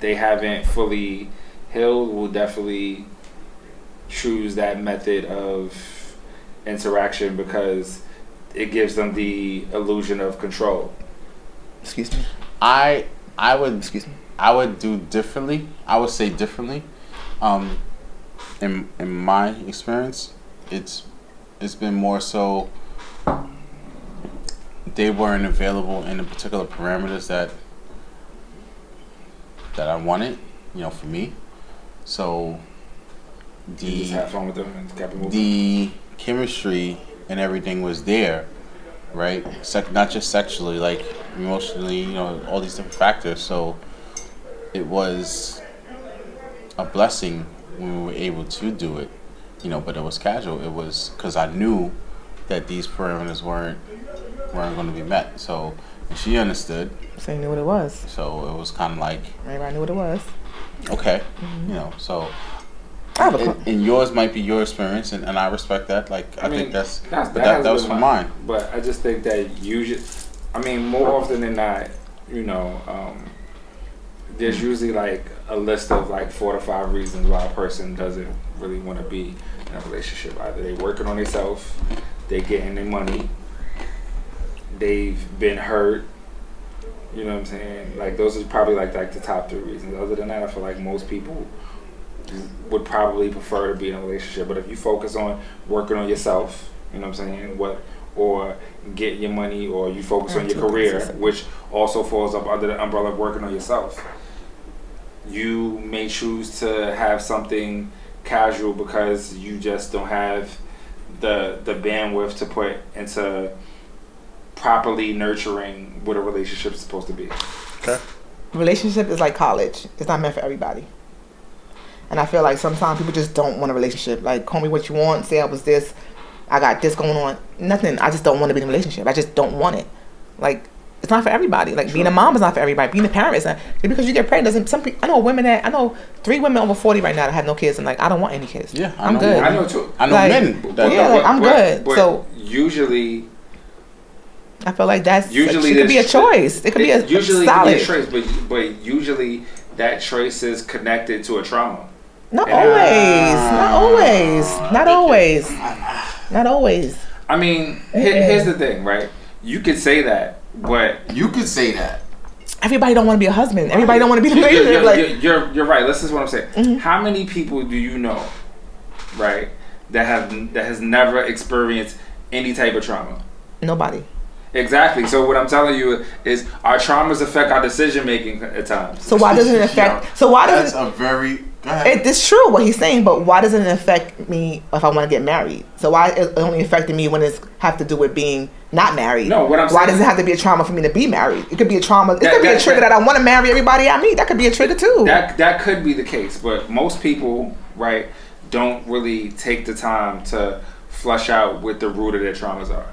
C: they haven't fully healed. Will definitely choose that method of interaction because it gives them the illusion of control.
B: excuse me,
A: I I would
B: excuse me.
A: I would do differently. I would say differently. Um, in in my experience, it's it's been more so they weren't available in the particular parameters that that I wanted. You know, for me. So the
C: You just have fun with them and kept it moving.
A: the chemistry and everything was there, right? Sec- not just sexually, like emotionally, you know, all these different factors. So it was a blessing when we were able to do it, you know. But it was casual. It was because I knew that these parameters weren't weren't going to be met. So and she understood.
B: So you knew what it was.
A: So it was kind of like
B: Everybody knew what it was.
A: okay, you know. So.
B: I have a que- <laughs>
A: And, and yours might be your experience, and, and I respect that. Like I, think that's,
C: that's-
A: but
C: that
A: that,
C: has
A: that was
C: been
A: for mine.
C: But I just think that usually, I mean, more often than not, you know, um, there's usually like a list of like four to five reasons why a person doesn't really want to be in a relationship. Either they working on themselves, they getting their money, they've been hurt. You know what I'm saying? Like those are probably like like the top three reasons. Other than that, I feel like most people would probably prefer to be in a relationship. But if you focus on working on yourself, you know what I'm saying, what or getting your money or you focus on your career, which also falls up under the umbrella of working on yourself. You may choose to have something casual because you just don't have the the bandwidth to put into properly nurturing what a relationship is supposed to be.
B: relationship is like college. It's not meant for everybody. And I feel like sometimes people just don't want a relationship. Like, call me what you want. Say I was this. I got this going on. Nothing. I just don't want to be in a relationship. I just don't want it. Like, it's not for everybody. Like, being a mom is not for everybody. Being a parent is not. just Because you get pregnant doesn't. Some people, I know women that I know three women over forty right now that have no kids and like I don't want any kids.
A: Yeah, I
B: I'm
A: know
B: good.
A: women.
C: I know too.
A: I know
B: Like,
A: men. That,
B: yeah, like, I'm good, so-
C: usually
B: I feel like that's usually
C: Usually
B: it could be a
C: there's-
B: choice. It could be a
C: It usually could
B: solid.
C: be a trace, but but usually that trace is connected to a trauma.
B: Not
C: Yeah.
B: always. Not always. Not always. Not always.
C: I mean, he- here's the thing, right? You could say that, but
A: You could say that.
B: everybody don't want to be a husband. Everybody don't
C: <laughs>
B: want to be in a
C: you're, you're,
B: relationship.
C: you're,
B: Like, Mm-hmm.
C: you're, you're- you're right. This is what I'm saying. How many people do you know, right, that have that has never experienced any type of trauma?
B: nobody.
C: Exactly. So what I'm telling you is our traumas affect our decision making at times.
B: So why doesn't it affect? So why
A: That's
B: doesn't
A: a very. Go ahead.
B: it, it's true what he's saying? But why doesn't it affect me if I want to get married? So why it only affecting me when it's have to do with being not married?
C: No, what I'm
B: why
C: saying-
B: does it have to be a trauma for me to be married? It could be a trauma. It
C: That-
B: could be a
C: that-
B: trigger
C: that-
B: that, I want to marry everybody I meet. That could be a trigger too.
C: That that could be the case, but most people, right, don't really take the time to flush out what the root of their traumas are.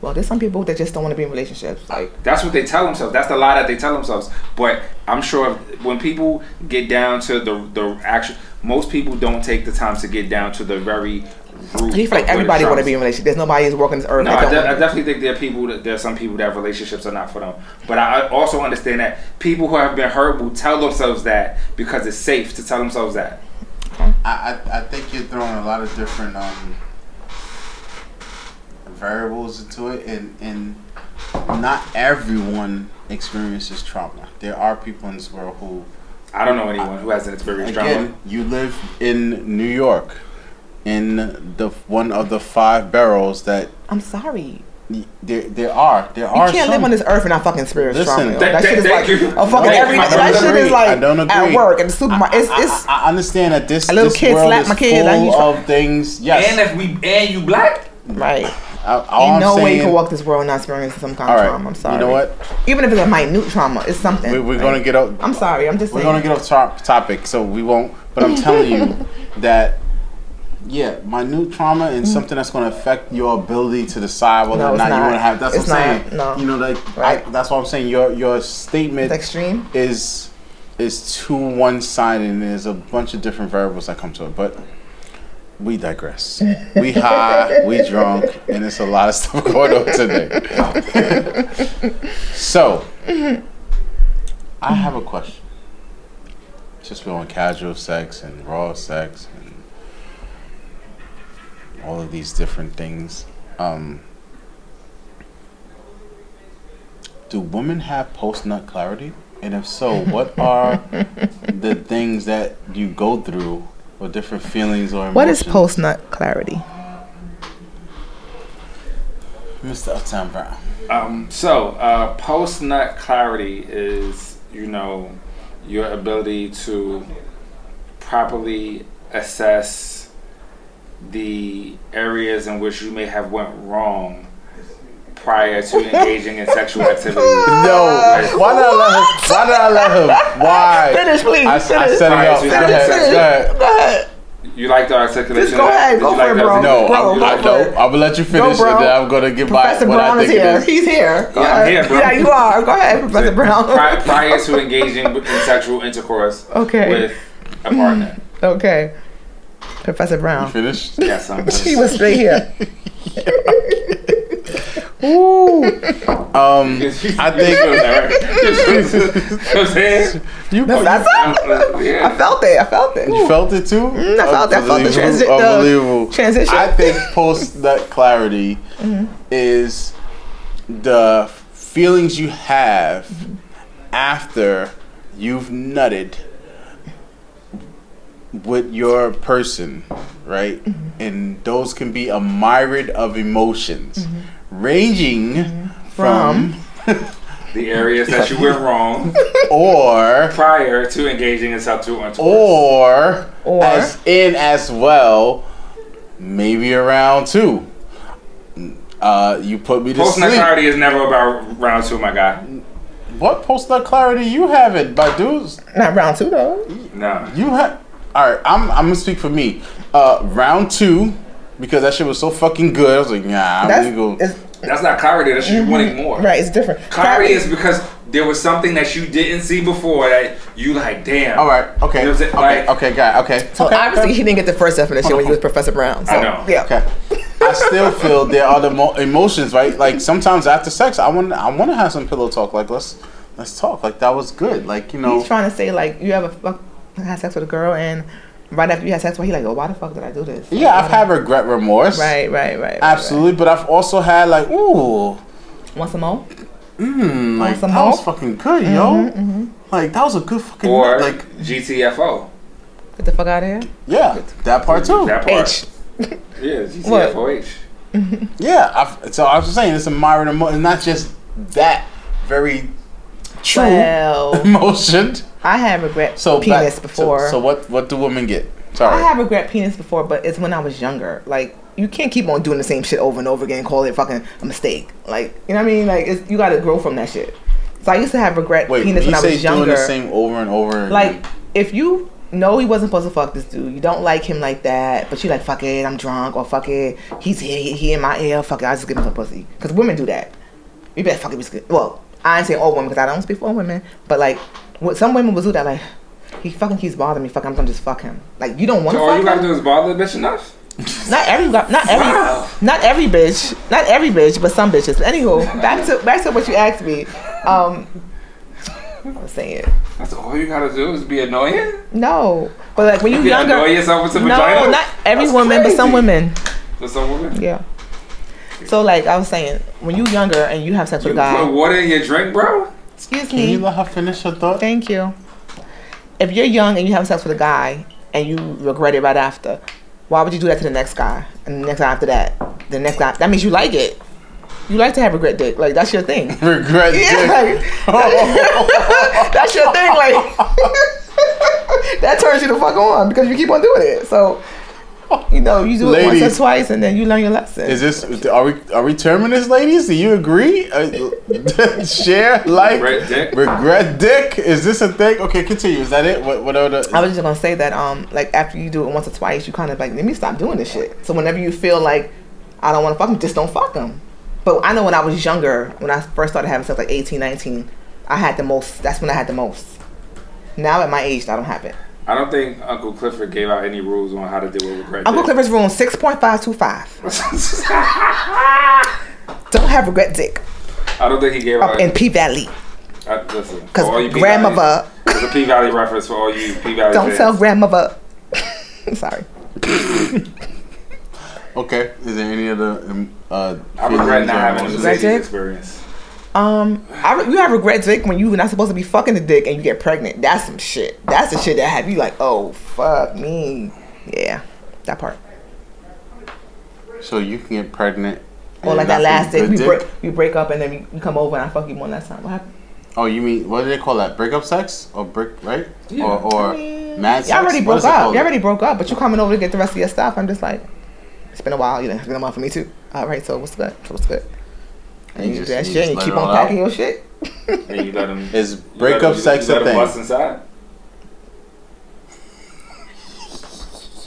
B: well, there's some people that just don't want to be in relationships. Like
C: That's what they tell themselves. That's the lie that they tell themselves. But I'm sure if- when people get down to the the actual, most people don't take the time to get down to the very root.
B: I feel
C: of
B: like
C: where
B: everybody
C: the
B: want to
C: traumas-
B: be in relationships. There's nobody who's walking this earth.
C: No,
B: that
C: I,
B: don't
C: de-
B: wanna-
C: I definitely think there are people that there's some people that relationships are not for them. But I I also understand that people who have been hurt will tell themselves that because it's safe to tell themselves that.
A: I, I, I think you're throwing a lot of different um, variables into it, and, and not everyone experiences trauma. There are people in this world who,
C: I don't know anyone who hasn't experienced
A: again,
C: trauma.
A: you live in New York, in the one of the five barrels that
B: I'm sorry.
A: there, there are. There
B: You
A: are.
B: can't
A: some.
B: live on this earth and not fucking experience
A: Listen,
B: trauma. yo.
A: that-
B: That,
C: that-
B: shit is
C: that
B: like
C: you-
B: a fucking
C: Wait,
B: every.
C: I don't
B: That shit
A: agree.
B: is like
A: I don't
B: at
A: agree.
B: work in the supermarket. It's, it's
A: I, I understand that this,
B: A little
A: this
B: kid
A: world
B: slapped
A: is
B: my kid, like,
A: full
B: you try-
A: of things. Yes,
C: And if we and you black,
B: right.
A: I, all
B: Ain't
A: I'm
B: no way
A: saying-
B: you can walk this world and not experiencing some kind
A: All
B: of
A: right,
B: trauma. I'm sorry.
A: You know what?
B: Even if it's a minute trauma, it's something.
A: We, we're
B: Like,
A: gonna get up.
B: I'm sorry. I'm just
A: We're
B: saying.
A: gonna get off top topic, so we won't. But I'm telling
B: <laughs>
A: you that, yeah, minute trauma and something that's gonna affect your ability to decide whether
B: Mm. No,
A: or
B: it's
A: not, you
B: not.
A: want to have. That's
B: It's
A: what I'm
B: not.
A: saying.
B: No.
A: You know, like I,
B: Right.
A: that's what I'm saying. Your your statement
B: it's extreme.
A: is is too one sided, and there's a bunch of different variables that come to it, but. We digress. We high, we drunk, and it's a lot of stuff <laughs> going on today. so, I have a question. Just on casual sex and raw sex and all of these different things. Um, do women have post nut clarity? And if so, what
B: <laughs>
A: are the things that you go through or different feelings or emotions?
B: What is post nut clarity?
A: Mr. Uptown Brown.
C: um, so uh, post nut clarity is you know your ability to properly assess the areas in which you may have went wrong
B: <laughs>
C: prior to engaging in sexual activity.
A: No, why did I let him? Why did I let
B: <laughs>
A: him? Why?
B: Finish, please.
A: I, I
B: Finish.
A: set it up. Go
C: Finish,
A: ahead.
B: finish.
A: Go ahead.
B: Go ahead.
C: You like the articulation?
B: Just go
C: of that?
B: ahead.
C: Did
B: Go
C: you
B: for
C: like
B: it,
C: that?
B: bro.
A: No,
B: Bro,
A: I'm,
B: go
A: I
B: for
A: don't.
B: it.
A: I'm gonna let you finish,
B: bro.
A: and then I'm gonna get my
B: Professor
A: what
B: Brown
A: I
B: is
A: think
B: here.
A: it is.
B: He's here. Go
C: Yeah, I'm
B: ahead.
C: here, bro.
B: Yeah, you are. Go ahead, Professor Brown.
C: Pri- prior to engaging in sexual intercourse
B: <laughs> Okay.
C: with a partner.
B: okay. Professor
A: You
B: Brown.
A: finished?
C: Yes, I'm <laughs>
B: He was straight <laughs> here.
C: <laughs>
A: Um, I think <laughs> you.
B: That's, that's it. I
C: yeah.
B: felt it. I felt it.
A: You felt it too?
B: Mm, I felt that. I felt the transi-
A: Unbelievable.
B: the
A: Unbelievable.
B: transition. Mm-hmm.
A: I think post nut clarity is the feelings you have
B: Mm-hmm.
A: after you've nutted with your person, right?
B: Mm-hmm.
A: And those can be a myriad of emotions, ranging
B: Mm-hmm. From-
A: from
C: The areas that you went wrong
B: <laughs>
A: or
C: prior to engaging in sexual intercourse.
A: Oh, or,
B: Or-
A: as in as well, maybe around two. Uh, you put me to
C: Post
A: sleep.
C: clarity is never about round two, my guy.
A: What post nut clarity you have it, by dudes?
B: Not round two though.
C: No.
A: You have. All right, I'm I'm gonna speak for me. Uh, round two, because that shit was so fucking good. I was like, nah, I'm
B: That's
A: gonna go.
B: it's,
C: That's not clarity. That's you wanting more.
B: right. It's different.
C: Clarity is because there was something that you didn't see before that you like, damn.
A: All right, okay,
C: You know what I'm saying?
A: okay,
C: Like-
A: okay, guy, okay.
B: So
A: okay,
B: obviously
A: okay.
B: he didn't get the first definition when he was Professor Brown. So,
C: I know.
B: Yeah.
A: Okay. I still feel there are the mo- emotions, right? Like sometimes after sex, I want I want to have some pillow talk. Like let's let's talk. Like that was good. Like you know.
B: He's trying to say like you ever fuck, had sex with a girl and right after you had sex with her, he like, oh, why the fuck did I do this? Like,
A: yeah, I've
B: why
A: had regret, remorse.
B: the- Right, right, right. right,
A: Absolutely, but I've also had like, ooh,
B: Right. Want some more?
A: mm, like
B: some
A: that was
B: help?
A: fucking good, yo.
B: Mm-hmm,
A: Like that was a good fucking
C: Or
A: like,
C: GTFO.
B: Get the fuck out of here.
A: yeah, that part too.
C: That part.
B: H.
C: Yeah, GTFOH.
B: What?
A: Yeah, I've, so I was just saying it's a moderate emo- and not just that very true
B: Well,
A: <laughs> emotion.
B: I have regret
A: So back-
B: penis
A: so-
B: before.
A: So, what what do women get?
B: I
A: Sorry.
B: have regret penis before, but it's when I was younger. Like you can't keep on doing the same shit over and over again. And call it fucking a mistake. Like you know what I mean? Like it's, you got to grow from that shit. So I used to have regret
A: Wait,
B: penis
A: you
B: when I
A: say
B: was
A: doing
B: younger.
A: the same over and over.
B: like
A: again.
B: if you know he wasn't supposed to fuck this dude, you don't like him like that, but you like fuck it, I'm drunk or fuck it, he's here, he, he in my ear, fuck it, I just give him some pussy. Because women do that. You better fuck it, we just get- well, I ain't saying all women because I don't speak for all women, but like what some women will do that like. He fucking keeps bothering me. Fuck, I'm gonna just fuck him. Like you don't want
C: So
B: to
C: all
B: fuck
C: you
B: him.
C: gotta do is bother the bitch enough.
B: Not every, not every,
C: Wow.
B: not every bitch, not every bitch, but some bitches. Anywho, back to back to what you asked me. Um, I was saying
C: That's all you gotta do is be annoying.
B: no, but like when you
C: Be
B: younger,
C: annoy yourself with some
B: no,
C: vagina.
B: not every
C: That's
B: woman, but some
C: crazy.
B: women.
C: For some women,
B: Yeah. So like I was saying, when you younger and you have sex
C: you
B: with a
C: put
B: guy,
C: water in your drink, bro.
B: excuse
A: can you
B: me,
A: let her finish her thought?
B: thank you. If you're young and you have sex with a guy and you regret it right after, why would you do that to the next guy and the next guy after that, the next guy? That means you like it. You like to have regret dick. Like that's
A: <laughs>
B: your
A: <laughs>
B: thing. <laughs>
A: Regret.
B: Yeah,
A: dick.
B: like, <laughs> that's your thing. Like <laughs> that turns you the fuck on because you keep on doing it. So you know you do it once
A: Ladies.
B: or twice and then you learn your lesson.
A: Is this are we are we terminus ladies? Do you agree? Uh, <laughs> share like
C: Regret dick?
A: Regret dick. Is this a thing? Okay, continue. Is that it? What what are the?
B: I was just gonna say that um like after you do it once or twice, you kind of like let me stop doing this shit. So whenever you feel like I don't want to fuck him, just don't fuck him. But I know when I was younger, when I first started having sex like 18, 19, I had the most. That's when I had the most. Now at my age, I don't have it.
C: I don't think Uncle Clifford gave out any rules on how to deal with regret.
B: Uncle
C: <laughs> dick.
B: Clifford's room six point five two five. Don't have regret dick
C: I don't think he gave
B: up
C: out.
B: in P Valley
C: I, listen, for all you
B: because
C: P
B: grandmother
C: Valley- It's a P Valley reference for all you P Valley.
B: don't
C: fans.
B: tell grandmother. <laughs> Sorry.
A: okay. Is there any other? Um, uh,
C: I regret
A: feelings
C: not
A: or
C: having a
A: emotions?
B: Regret
C: Mercedes
B: dick?
C: experience.
B: Um, I, you have regret dick when you're not supposed to be fucking the dick and you get pregnant. That's some shit. That's the shit that have you like, oh fuck me, yeah, that part.
A: So you can get pregnant. and
B: Or Oh, like
A: not
B: that last
A: be
B: dick,
A: good
B: we break, we break up and then you- you come over and I fuck you one last time. What happened?
A: Oh, you mean what do they call that? Breakup sex or break right?
C: Yeah.
A: Or or mad sex?
B: Y'all already
A: What
B: broke
A: is it
B: up.
A: called?
B: You already broke up, but you coming over to get the rest of your stuff. I'm just like, it's been a while. You know, it's been a while for me too. All right, so what's good? So what's good? And
A: You
B: you, do
A: just-
B: that
A: you
B: shit
A: just
B: and you
A: let
B: keep
A: it all
B: on packing
A: out.
B: your shit.
C: And you let him.
A: Is
C: you let him-
A: breakup
C: you
A: sex
C: let
A: a
C: him Bust
A: thing?
C: inside.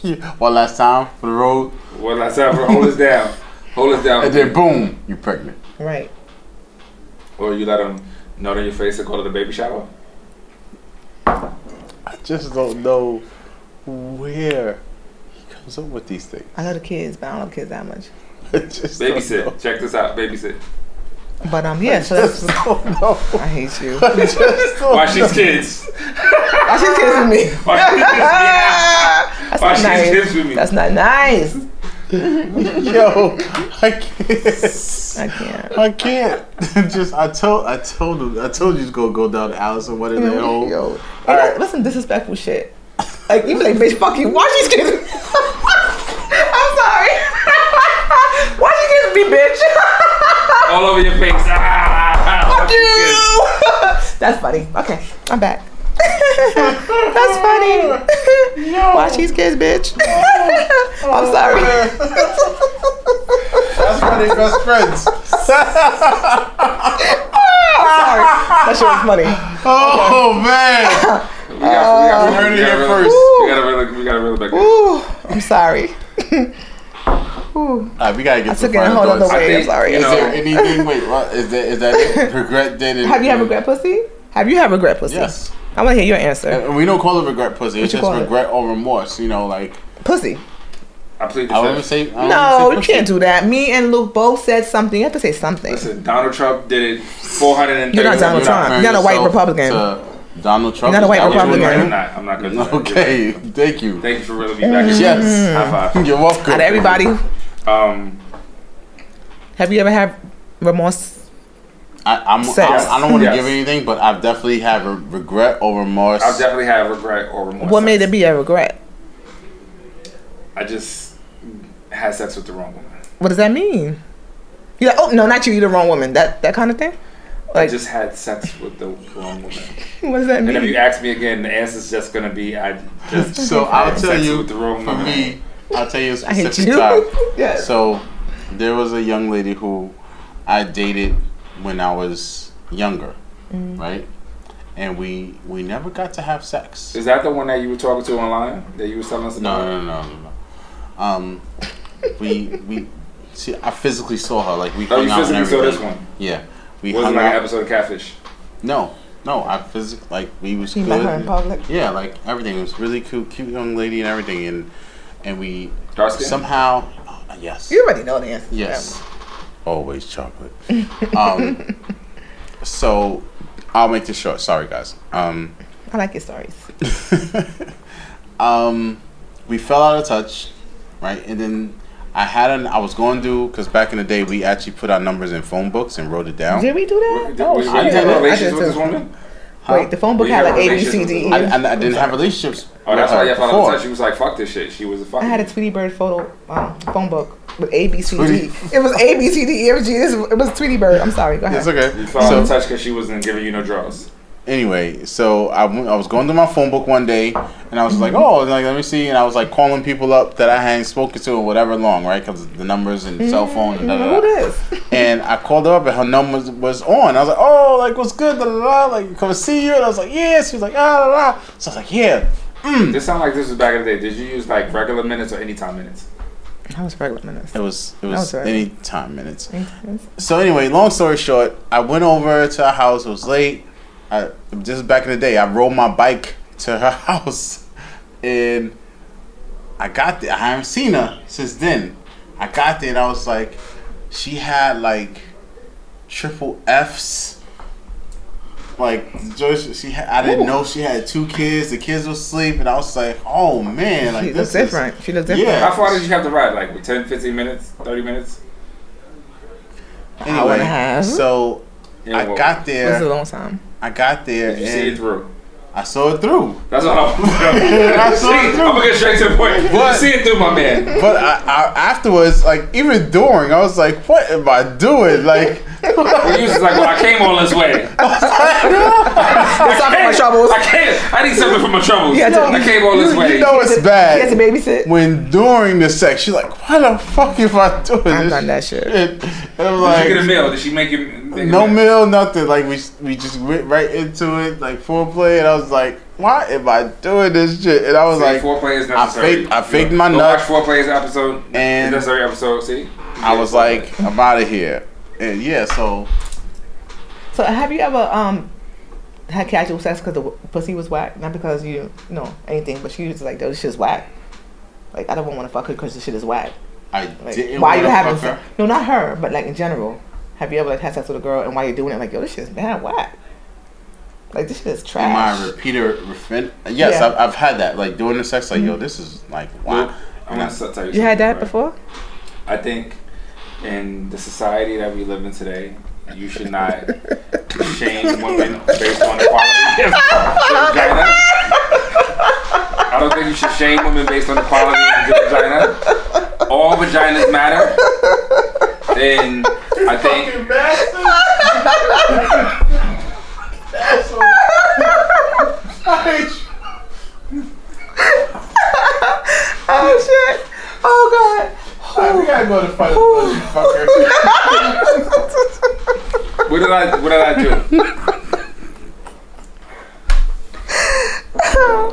A: <laughs> One last time for the road,
C: Well, I said, hold
B: <laughs>
C: us down, hold us down,
A: and then boom, you pregnant.
B: Right.
C: or you let him nut on your face and call it a baby
A: <laughs>
C: shower.
A: I just don't know where he comes up with these things. <laughs>
B: I love the kids, but I don't love kids that much.
A: I just don't know.
C: Babysit. Check this out. Babysit.
B: But um, yeah. So
A: I <laughs>
B: that's
A: just don't know.
B: I hate you.
A: I just don't
B: Oh,
C: Watch
A: know.
C: these kids.
B: Why she kissing
C: <laughs>
B: me?
C: Watch these kids. Yeah.
B: That's
C: Why
B: not
C: she
B: nice.
C: kiss with me?
B: That's not nice.
A: Yo, I can't.
B: I can't.
A: I can't. <laughs> just I told I told him I told you to go go down to Alice and what in the hole.
B: Yo, and
A: All
B: that's,
A: right.
B: that's some disrespectful shit. Like you be like, bitch, fuck you. Why she kissing? me? <laughs> I'm sorry. <laughs> Why she kissing me, bitch? <laughs>
C: All over your face. Ah,
B: fuck
C: watch these kids.
B: you. <laughs> that's funny. Okay, I'm back. <laughs> that's funny.
A: Yo.
B: <laughs> Why she's kids, bitch? <laughs> I'm sorry.
A: That's why they best friends. <laughs>
B: Sorry.
C: Oh.
B: That shit was
C: <laughs>
B: funny.
A: Oh man!
C: We got, we got,
A: heard
C: we
A: it here
C: got,
A: first.
C: we got, really, we got to really back in.
B: Ooh, I'm sorry.
A: All
B: Ooh.
A: right, we gotta get to
B: took
A: the
B: it a
A: final
B: whole other
A: thoughts.
B: way. I'm
C: think,
B: sorry.
C: you
B: I'm
A: Is there
B: sorry.
A: anything? Wait, what is that? Is that
B: <laughs>
A: it? regret? Then
B: Have you had regret pussy? Have you had regret pussy?
A: Yes.
B: I want to hear your answer.
A: And we don't call it regret pussy. It's
B: What
A: just
B: you call it?
A: regret or remorse. You know, like
B: Pussy.
C: I plead the
A: I wouldn't
C: fifth.
A: say. I wouldn't
B: No,
A: say
B: Um, you
A: pussy.
B: can't do that. Me and Luke both said something. You have to say something.
C: Listen, Donald Trump did it 430
B: You're not Donald
A: You're not
B: Trump.
A: comparing
B: You're not a white
A: yourself
B: Republican.
A: to Donald Trump.
B: You're not a white
A: Is that what
B: Republican.
A: you're
C: I'm
A: doing? <laughs>
C: not. I'm not going to.
A: Okay, thank you. <laughs>
C: Thank you for really being back. in.
A: Yes.
C: High five.
A: You're welcome.
B: Out of everybody,
C: Um,
B: have you ever had remorse?
A: I, I'm,
B: Sex.
A: I, I don't want to
C: Yes.
A: give anything, but I've definitely had re- regret or remorse.
C: I've definitely had regret or remorse.
B: What made it be a regret?
C: I just had sex with the wrong woman.
B: What does that mean? You're like, oh no, not you. You're the wrong woman. That that kind of thing.
C: I
B: Like,
C: just had sex with the wrong woman.
B: what does that
C: And if you
B: mean?
C: ask me again, the answer's just gonna be I just
A: So I'll
C: had
A: tell
C: sex
A: you
C: with the wrong
A: for
C: woman.
A: me. I'll tell you a
B: I hate
A: specific
B: you.
A: time.
B: yes.
A: So there was a young lady who I dated when I was younger,
B: Mm.
A: right? And we we never got to have sex.
C: Is that the one that you were talking to online? That you were telling us about?
A: No, no, no, no, no. Um, we we see. I physically saw her. Like we
C: Oh,
A: hung
C: you
A: out and
C: physically saw this
A: everything.
C: one.
A: Yeah, we hung
C: Wasn't like an
A: out.
C: episode of Catfish.
A: No, no. I physically like we was
B: You
A: good.
B: met her in public.
A: Yeah, like everything. It was really cute, cute young lady and everything. And and we
C: Dark skin?
A: somehow oh, yes.
B: You already know the answer. to that
A: Yes. Always
B: <laughs>
A: chocolate. <laughs> um, so I'll make this short. Sorry, guys. Um,
B: one. I like your stories.
A: um, we fell out of touch, right? And then I had an I was going to because back in the day we actually put our numbers in phone books and wrote it down.
B: Did we do that? Oh,
C: Were, were you
A: I
C: having
A: did.
C: relations with
B: too.
C: this woman?
A: Huh?
B: Wait, the phone book
C: Were you
B: had like
C: having
B: A, B, C,
C: relations
B: D,
C: with
B: E.
A: I,
B: I
A: and I didn't have relationships.
C: Oh, that's
A: with
C: why
A: her
C: y'all found out
A: before.
C: that she was like, "Fuck this shit." She was a fucking.
B: had a Tweety Bird photo um, phone book with A, B, C,
A: Tweety.
B: D. It was A, B, C, D, E, F, G. This was- It was Tweety Bird. I'm sorry. Go ahead.
A: It's okay.
C: You fell out of
A: So-
C: touch because she wasn't giving you no draws.
A: anyway, so I, went- I was going through my phone book one day, and I was like, oh, like, let me see, and I was like calling people up that I hadn't spoken to in whatever long, right? Because the numbers and cell phone and da, da,
B: Mm-hmm. Who
A: da.
B: this?
A: And I called her up, and her number was, was on. I was like, oh, like what's good, da, da, da, like come see you, and I was like, yeah. She was like, ah, da, da. So I was like, yeah. Hmm.
C: This sound like this was back in the day. Did you use like regular minutes or anytime minutes?
B: I was pregnant minutes.
A: It was it
B: That
A: was
B: was right.
A: any time minutes. So anyway, long story short, I went over to her house. It was late. I, this is back in the day. I rode my bike to her <laughs> house, and I got there. I haven't seen her since then. I got there and I was like, she had like triple Fs. Like Joyce, she had, I didn't know she had two kids. The kids were asleep, and I was like, "Oh man, like
B: she
A: this
B: looks
A: is
B: different. She looks different.
A: Yeah.
C: How far did you have to ride? Like 10, 15 minutes, 30 minutes?
A: anyway."
B: hour and a half.
A: So
C: Yeah,
A: I
C: well,
A: got
B: It was a
A: there.
B: long time.
A: I got there,
C: Did you see it
A: and
C: through?
A: I saw it through.
C: That's
A: <laughs>
C: what I'm.
A: I
C: see,
A: saw it
C: I'm
A: through.
C: gonna get straight to the point. Did you
A: But-
C: see it through, my man?
A: But I, I, afterwards, like even during, I was like, "What am I doing?" Like,
C: Well, you was just like, well, I came all this way.
B: It's time for my
A: <laughs>
B: troubles.
C: I can't. I need something for my troubles.
B: Yeah,
C: I came all this
A: you,
C: way.
A: you know it's
B: You had
A: bad
B: to babysit.
A: when during the sex, you're like, "Why the fuck am I doing
B: I've
A: this?"
B: done that shit.
A: shit?" And I'm
C: Did you get a
A: like,
C: meal? Did she make you? Make you
A: "No
C: meal?
A: meal, nothing." Like we we just went right into it, like foreplay, and I was like, "Why am I doing this shit?" And I was
C: See,
A: like,
C: foreplay is necessary.
A: faked- I
C: You
A: faked
C: know,
A: my
C: go
A: nuts.
C: Watch foreplay is episode.
A: And-
C: And necessary episode. See,
A: "I was like, I'm out of here," and yeah, so
B: So have you ever um had casual sex because the w- pussy was whack? Not because you, you know anything, but she was like, "Yo, this shit's whack." Like I don't want to fuck her because this shit is whack.
A: I
B: Like
A: didn't.
B: why you
A: wanna
B: having
A: fuck her.
B: sex? No, not her, but like in general. Have you ever like had sex with a girl and while you're doing it, like, "Yo, this shit's bad whack." Like this shit is
A: Am
B: trash.
A: I a repeater? Refin- yes,
B: Yeah. Mm-hmm.
A: I've, I've had that. Like doing the sex, like yo, this is like wow.
C: I'm gonna tell you.
B: you
C: something,
B: had that
C: bro.
B: before?
C: I think in the society that we live in today, you should not shame women based on the quality of their vagina. I don't think you should shame women based on the quality of their vagina. All vaginas matter. Then I think
B: Oh shit! Oh god!
C: what did I what did I do?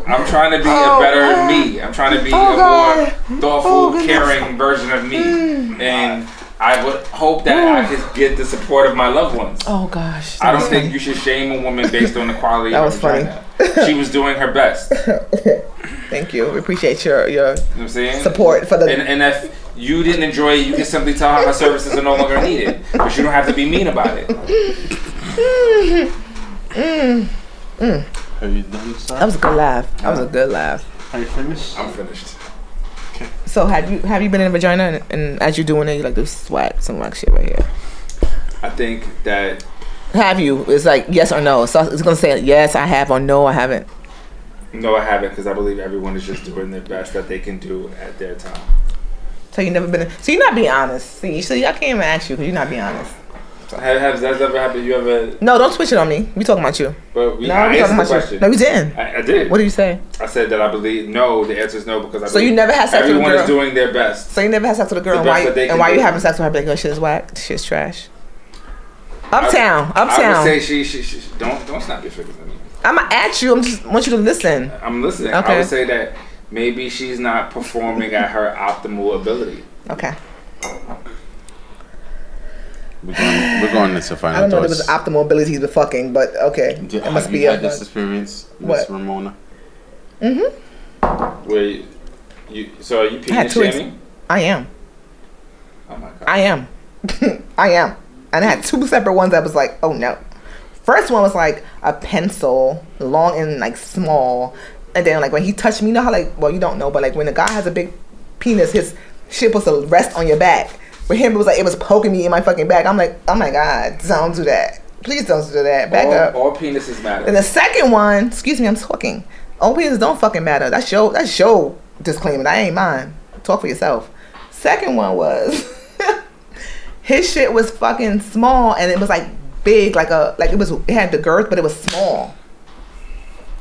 C: I'm trying to be a better me. I'm trying to be a
B: Oh. God.
C: more thoughtful,
B: Oh, goodness. Mm.
C: caring version of me. And I would hope that I could get the support of my loved ones.
B: Oh gosh!
C: I don't think you should shame a woman based on the quality
B: That
C: of
B: was
C: her vagina. She was doing her best. You know
B: Thank you. We appreciate your your
C: what I'm saying?
B: support for the
C: And, and if you didn't enjoy it, you can simply tell her her services are no longer needed. But you don't have to be mean about it.
A: Are you done, sir?
B: That was a good laugh. That was a good laugh.
A: Are you finished?
C: I'm finished.
B: So have you have you been in a vagina and, and as you're doing it, you're like this sweat, some like shit right here.
C: I think that
B: Have you? It's like yes or no. So it's gonna say yes, I have or no, I haven't.
C: no, I haven't because I believe everyone is just doing their best that they can do at their time.
B: So you never been. In, so you're not being honest. See, so I can't even ask you because you're not being honest.
C: Have, has that ever happened? You ever?
B: No, don't switch it on me. We talking about you.
C: But we,
B: No,
C: I
B: we talking
C: answered the
B: about
C: question.
B: you. No, you didn't.
C: I, I did.
B: What did you say?
C: I said that I believe no. The answer is no because I.
B: So you
C: believe
B: never had sex with a
C: Everyone is
B: girl?
C: doing their best.
B: So you never had sex with a girl,
C: The
B: and
C: best
B: why,
C: that they
B: and
C: can
B: why
C: do.
B: you having sex with her? Because shit is whack. Shit's trash.
C: would-
B: Uptown,
C: I would
B: uptown.
C: say she, she, she don't don't snap your fingers at me.
B: I'm gonna at you. I'm just want you to listen.
C: I'm listening. I
B: Okay.
C: would say that maybe she's not performing at her optimal ability.
B: Okay.
A: We're going, we're going into
B: I
A: final
B: don't know if it
A: thoughts.
B: was optimal abilities with fucking, but okay.
A: Do-
B: it must
A: have you
B: be a
A: had this experience, Miss
B: What?
A: Ramona?
C: Where you, you so are you
B: I had
C: peeing
B: two
C: and
B: ex-
C: shaming?
B: I am.
C: Oh my god.
B: I am. <laughs> I am. And I had two separate ones that was like, oh no. First one was like a pencil, long and like small. And then like when he touched me, you know how like well you don't know, but like when a guy has a big penis, his shit was to rest on your back. With him it was like it was poking me in my fucking back. I'm like, oh my god, don't do that. Please don't do that. Back
C: all,
B: up.
C: all penises matter.
B: And the second one, excuse me, I'm talking. Opinions don't fucking matter. That's your that's your disclaimer. That ain't mine. Talk for yourself. Second one was <laughs> his shit was fucking small and it was like big, like a like it was it had the girth, but it was small.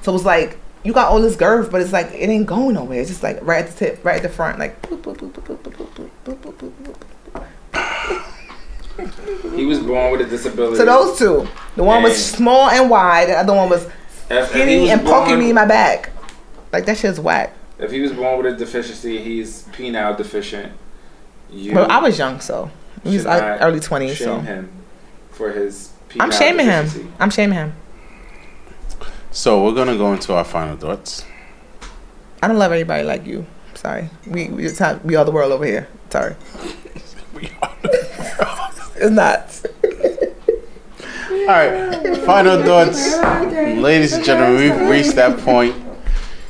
B: So it was like you got all this girth, but it's like it ain't going nowhere. It's just like right at the tip, right at the front, like boop, boop, boop, boop, boop, boop, boop, boop, boop, boop, boop.
C: He was born with a disability.
B: So those two. The one was
C: Dang.
B: small and wide, and the other one was
C: If- if he
B: skinny
C: was
B: and poking
C: born-
B: me in my back. Like that shit's whack.
C: If he was born with a deficiency, he's penile deficient. You
B: Well, I was young, so he was
C: should not
B: like early twenties.
C: Shame
B: So
C: him for his. Penile
B: I'm shaming him.
C: deficiency.
B: I'm shaming him.
A: So we're gonna go into our final thoughts.
B: I don't love everybody like you. Sorry, we we just have, we are the world over here.
A: <laughs>
B: Sorry, it's not.
A: All right, final
B: <laughs>
A: thoughts, ladies and gentlemen. We've reached that point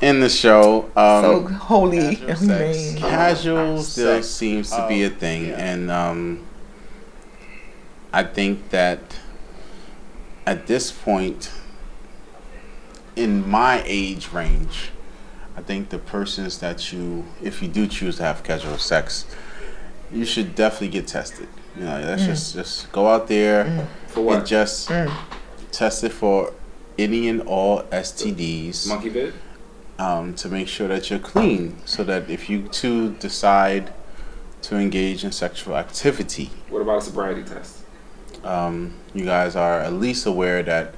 A: in the show. Um,
B: so holy and
D: sex.
B: humane.
A: casual still
D: Sex.
A: seems to be a thing,
D: yeah.
A: and um, I think that at this point in my age range, I think the persons that you, if you do choose to have casual sex, you should definitely get tested. You know, that's just just go out there
C: For
A: and
C: what?
A: just test it for any and all STDs
C: Monkey bit.
A: um, to make sure that you're clean so that if you two decide to engage in sexual activity,
C: What about a sobriety test?
A: um, you guys are at least aware that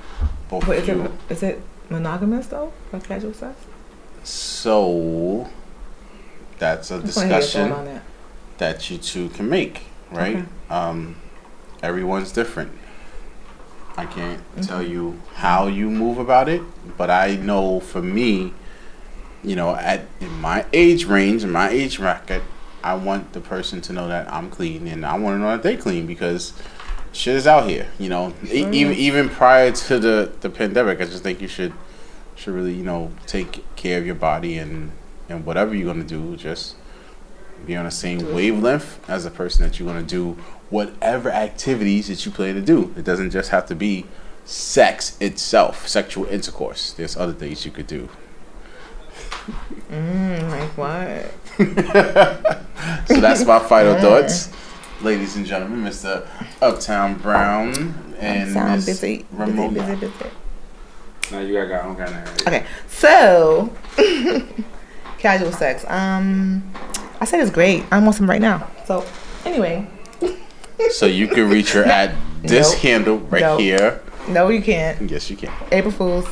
A: both
B: But
A: of
B: is
A: you.
B: it is it monogamous though? Like casual sex?
A: So that's a
B: Just wanna hear your thought
A: discussion
B: on that.
A: that you two can make, right? Um, everyone's different. I can't tell you how you move about it, but I know for me, you know, at in my age range, in my age bracket, I want the person to know that I'm clean, and I want to know that they clean because shit is out here. You know, E- even even prior to the the pandemic, I just think you should should really you know take care of your body and and whatever you're gonna do, just be on the same wavelength as the person that you're gonna do whatever activities that you plan to do. It doesn't just have to be sex itself, sexual intercourse. There's other things you could do.
B: Mm, like what?
A: So that's
B: <laughs>
A: my final thoughts, ladies and gentlemen. Mr. Uptown Brown
B: I'm
A: and
B: sound
A: Miss
B: busy, busy,
A: Ramona.
B: busy, busy.
C: No, you gotta go. I don't got nothing.
B: Okay, so <laughs> casual sex. Um, I said it's great. I want some right now. So anyway,
A: So you can reach her
B: <laughs>
A: at this
B: Nope.
A: handle right
B: Nope.
A: here.
B: no, you can't.
A: Yes, you can.
B: April Fools.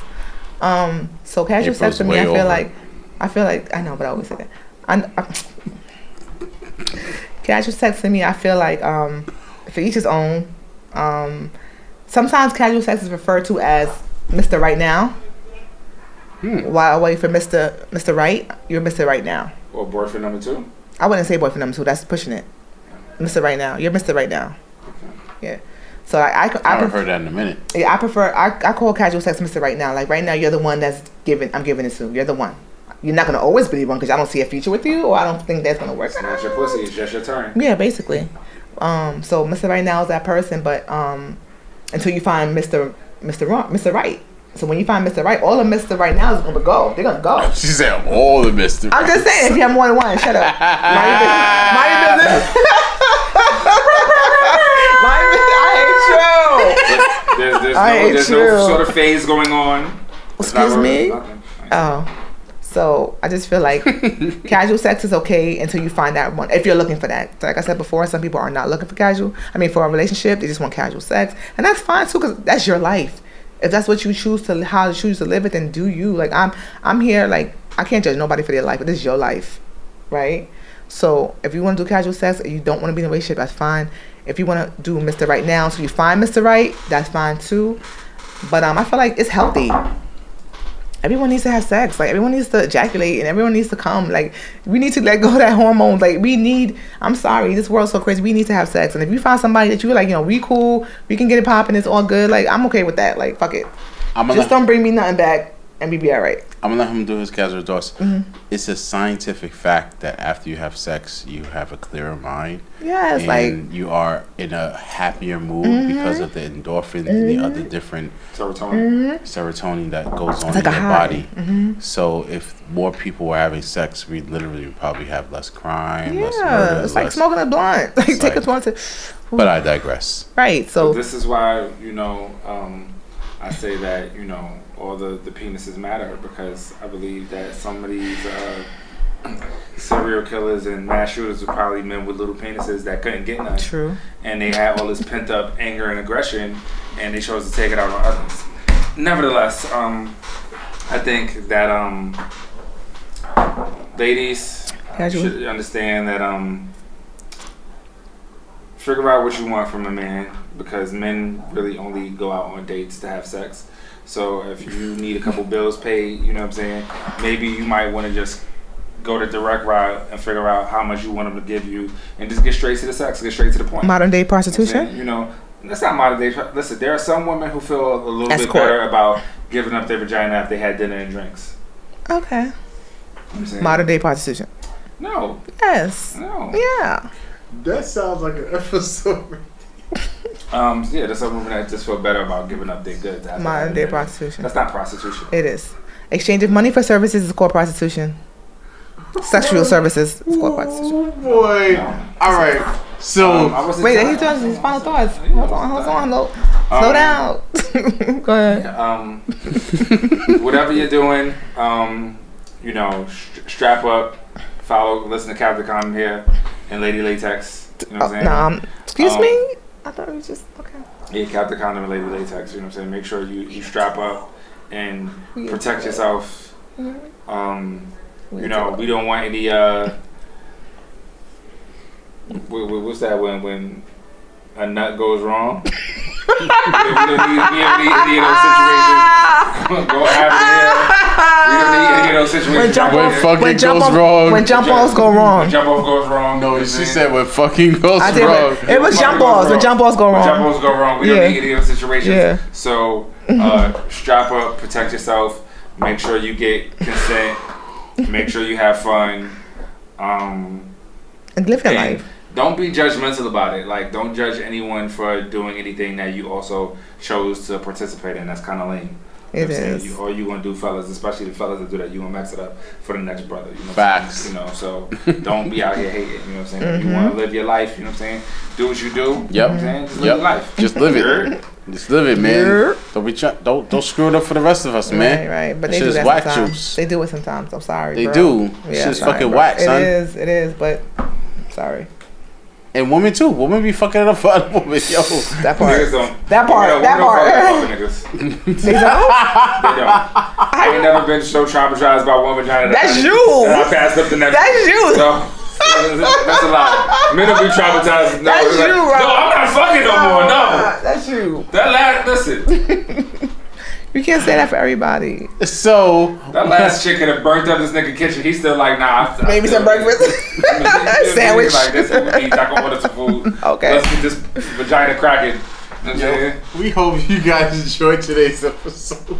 B: Um, so casual
A: April's
B: sex for me,
A: way
B: I feel
A: over.
B: like, I feel like I know, but I always say that. I, kn- I, <laughs> casual sex to me, I feel like um, for each his own. Um, sometimes casual sex is referred to as Mister Right Now.
A: Hmm.
B: While I wait for Mister Mister Right, you're Mister Right Now.
C: Or boyfriend number two.
B: I wouldn't say boyfriend number two. That's pushing it. Mister Right Now, you're Mister Right Now. Yeah. So I I, I,
A: I haven't
B: prefer-
A: heard that in a minute.
B: yeah, I prefer I, I call casual sex Mr. right now. Like right now, you're the one that's giving. I'm giving it to. You're the one. You're not gonna always be the one because I don't see a future with you, or I don't think that's gonna work.
C: It's not your pussy. It's just your
B: <laughs>
C: turn.
B: Yeah, basically. Um, so Mr. Right now is that person, but um, until you find Mr. Mr. Wrong, Mr. Right, So when you find Mr. Right, all of Mr. Right now is gonna go. They're gonna go.
A: She said all the Mr.
B: I'm just saying, if you have more than one, shut up. Mind your business. Mind your business. <laughs> Mind your business. I hate you.
C: There's, there's,
B: I
C: no,
B: ain't
C: there's
B: true.
C: no sort of phase going on. It's not
B: Excuse me.
C: really- nothing.
B: Oh, so I just feel like casual sex is okay until you find that one. If you're looking for that, So like I said before, some people are not looking for casual. I mean, for a relationship, they just want casual sex, and that's fine too, because that's your life. If that's what you choose to how you choose to live it, then do you. Like I'm, I'm here. Like I can't judge nobody for their life, but this is your life, right? So if you want to do casual sex, and you don't want to be in a relationship, that's fine. If you want to do Mr. Right now, so you find Mr. Right, that's fine too. But um, I feel like it's healthy everyone needs to have sex. Like everyone needs to ejaculate and everyone needs to come. Like we need to let go of that hormone. Like we need. I'm sorry, this world's so crazy. We need to have sex. And if you find somebody that you like, you know, we cool, we can get it popping. It's all good. Like I'm okay with that. Like fuck it.
A: I'm gonna,
B: Just
A: let,
B: don't bring me nothing back, and we be all right.
A: I'm gonna let him do his casual thoughts.
B: Mm-hmm.
A: It's a scientific fact that after you have sex, you have a clearer mind.
B: Yeah, it's like Mm-hmm.
A: and you are in a happier mood because of the endorphins and the other different
B: Mm.
C: Serotonin.
A: serotonin that goes on
B: like
A: in
B: a
A: your
B: high. Mm-hmm.
A: body. So if more people were having sex, we literally would probably have less crime, less murder.
B: yeah, it's like
A: less-
B: smoking a blunt. <laughs> Like take a
A: like-
B: twenty.
A: But I digress.
B: Right. So
C: So this is why you know um, I say that you know all the the penises matter because I believe that some of these uh, <clears throat> serial killers and mass shooters were probably men with little penises that couldn't get none,
B: true.
C: and they had all this pent up anger and aggression, and they chose to take it out on others. Nevertheless, um, I think that um, ladies
B: Casual.
C: should understand that um, figure out what you want from a man because men really only go out on dates to have sex. So if you need a couple bills paid, you know what I'm saying? Maybe you might want to just go the direct route and figure out how much you want them to give you and just get straight to the sex, get straight to the point.
B: Modern day
C: You know what I'm saying?
B: prostitution.
C: You know, that's not modern day. Listen, there are some women who feel a little bit
B: Escort.
C: better about giving up their vagina if they had dinner and drinks.
B: Okay.
C: You know what I'm saying?
B: Modern day prostitution.
C: No,
B: Yes.
C: no.
B: Yeah.
A: That sounds like an episode. <laughs>
C: Um, yeah, there's some women that just feel better about giving up their goods. after
B: Modern
C: having
B: day
C: dinner.
B: prostitution.
C: That's not prostitution.
B: It is. Exchange of money for services is called prostitution. Sexual services is called prostitution.
A: Oh boy! All right. So
C: Um, I was
B: Wait,
C: just-
B: he's doing his final thoughts. Hold on, hold on, hold
C: Um,
B: slow down. <laughs> Go ahead.
C: <laughs> Um, whatever you're doing, um, you know, st- strap up, follow, listen to Captain Con here and Lady Latex. You
B: Oh,
C: know what Uh, I'm saying?
B: no, um, excuse
C: Um,
B: me. I thought it was just okay.
C: Yeah, Captain Condom and Lady Latex. You know what I'm saying? Make sure you, you strap up and
B: We-
C: protect yourself. Um,
B: we-
C: you know, we don't want any. Uh, what, what- what's that when when a nut goes wrong? <laughs> we don't need, we don't need any of those situations. Go after We don't need any of those situations.
B: When jump
A: When
B: off,
A: fucking
B: when jump
A: goes
B: off,
A: wrong.
B: when jump
C: Jump-
B: offs go wrong.
C: Jump off goes wrong.
A: no,
C: you know what
A: she
C: I'm saying?
A: said what fucking goes
B: I did,
A: wrong.
B: but it was jump offs. When jump offs go
C: When jump
B: wrong.
C: balls go wrong, we
B: Yeah.
C: don't need any of those situations.
B: Yeah.
C: So uh, strap up, protect yourself, make sure you get consent, make sure you have fun. Um,
B: And live your
C: and
B: life.
C: Don't be judgmental about it. Like, don't judge anyone for doing anything that you also chose to participate in. That's kind of lame.
B: It
C: You know what I'm saying?
B: is.
C: You, all you gonna do, fellas, especially the fellas that do that, you gonna max it up for the next brother. You know what I'm
A: Facts.
C: saying? You know,
A: <laughs>
C: so don't be out here hating. You know what I'm saying?
B: Mm-hmm.
C: You wanna live your life. You know what I'm saying? Do what you do. You know
A: Yep.
C: what I'm saying? Just live
A: Yep.
C: your life.
A: Just live
C: Sure.
A: it. Just live it, man.
B: Yeah.
A: Don't be try- don't don't screw it up for the rest of us, man.
B: Right, right. But
A: That
B: they do
A: shit's
B: that
A: whack
B: sometimes.
A: juice.
B: They do it sometimes. I'm sorry.
A: They
B: bro.
A: do.
B: Yeah,
A: Shit's
B: sorry,
A: fucking
B: bro.
A: whack, son.
B: It is. It is. But sorry.
A: And women too. Women be fucking it up for other women,
B: <laughs>
A: yo.
B: That
C: <laughs> Niggas
B: part.
C: don't.
B: That part,
C: Yeah, we
B: that
C: don't
B: part.
C: fuck with Niggas.
B: They
C: They
B: don't? <laughs>
C: don't. I ain't never been so traumatized by one vagina. that
B: That's
C: I-
B: you.
C: that I passed up the next.
B: That's you. <laughs>
C: So, that's a lie. Men will be traumatized. No,
B: That's
C: it's
B: you,
C: No,
B: right.
C: I'm not fucking no more. No.
B: That's you.
C: That last, listen,
B: You can't say that for everybody.
A: So
C: that last chick could have burnt up this nigga kitchen. He's still like, nah. I, I
B: Maybe some
C: still-
B: breakfast.
C: I mean, he's
B: <laughs>
C: still
B: Sandwich.
C: Like this, we need- I can order some food.
B: Okay.
C: Let's get this vagina cracking. You know what I'm saying?
A: we hope you guys enjoyed today's episode.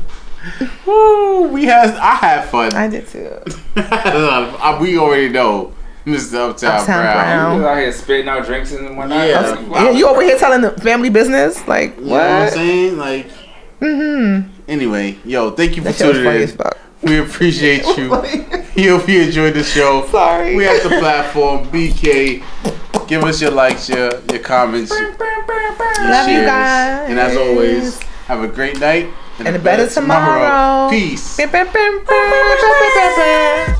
A: Woo, we had I had fun.
B: I did too.
A: <laughs> I- we already know, Mr. Uptown,
B: Uptown
A: Brown.
B: Brown.
C: You out here spitting out drinks and whatnot.
A: Yeah.
C: That's-
B: Yeah, you over here telling the family business? Like,
A: You know what I'm
B: what?
A: saying? Like
B: Mm-hmm.
A: Anyway, yo, thank you for
B: That shit was
A: tuning
B: funny
A: in.
B: as fuck.
A: We appreciate
B: <laughs>
A: you. we hope you enjoyed the show.
B: Sorry.
A: We at the platform BK. Give us your likes, your your comments, your
B: Love you
A: shares.
B: guys.
A: and as always, have a great night
B: And a better tomorrow.
A: Peace.
B: Bam, bam, bam, bam, bam, bam, bam, bam.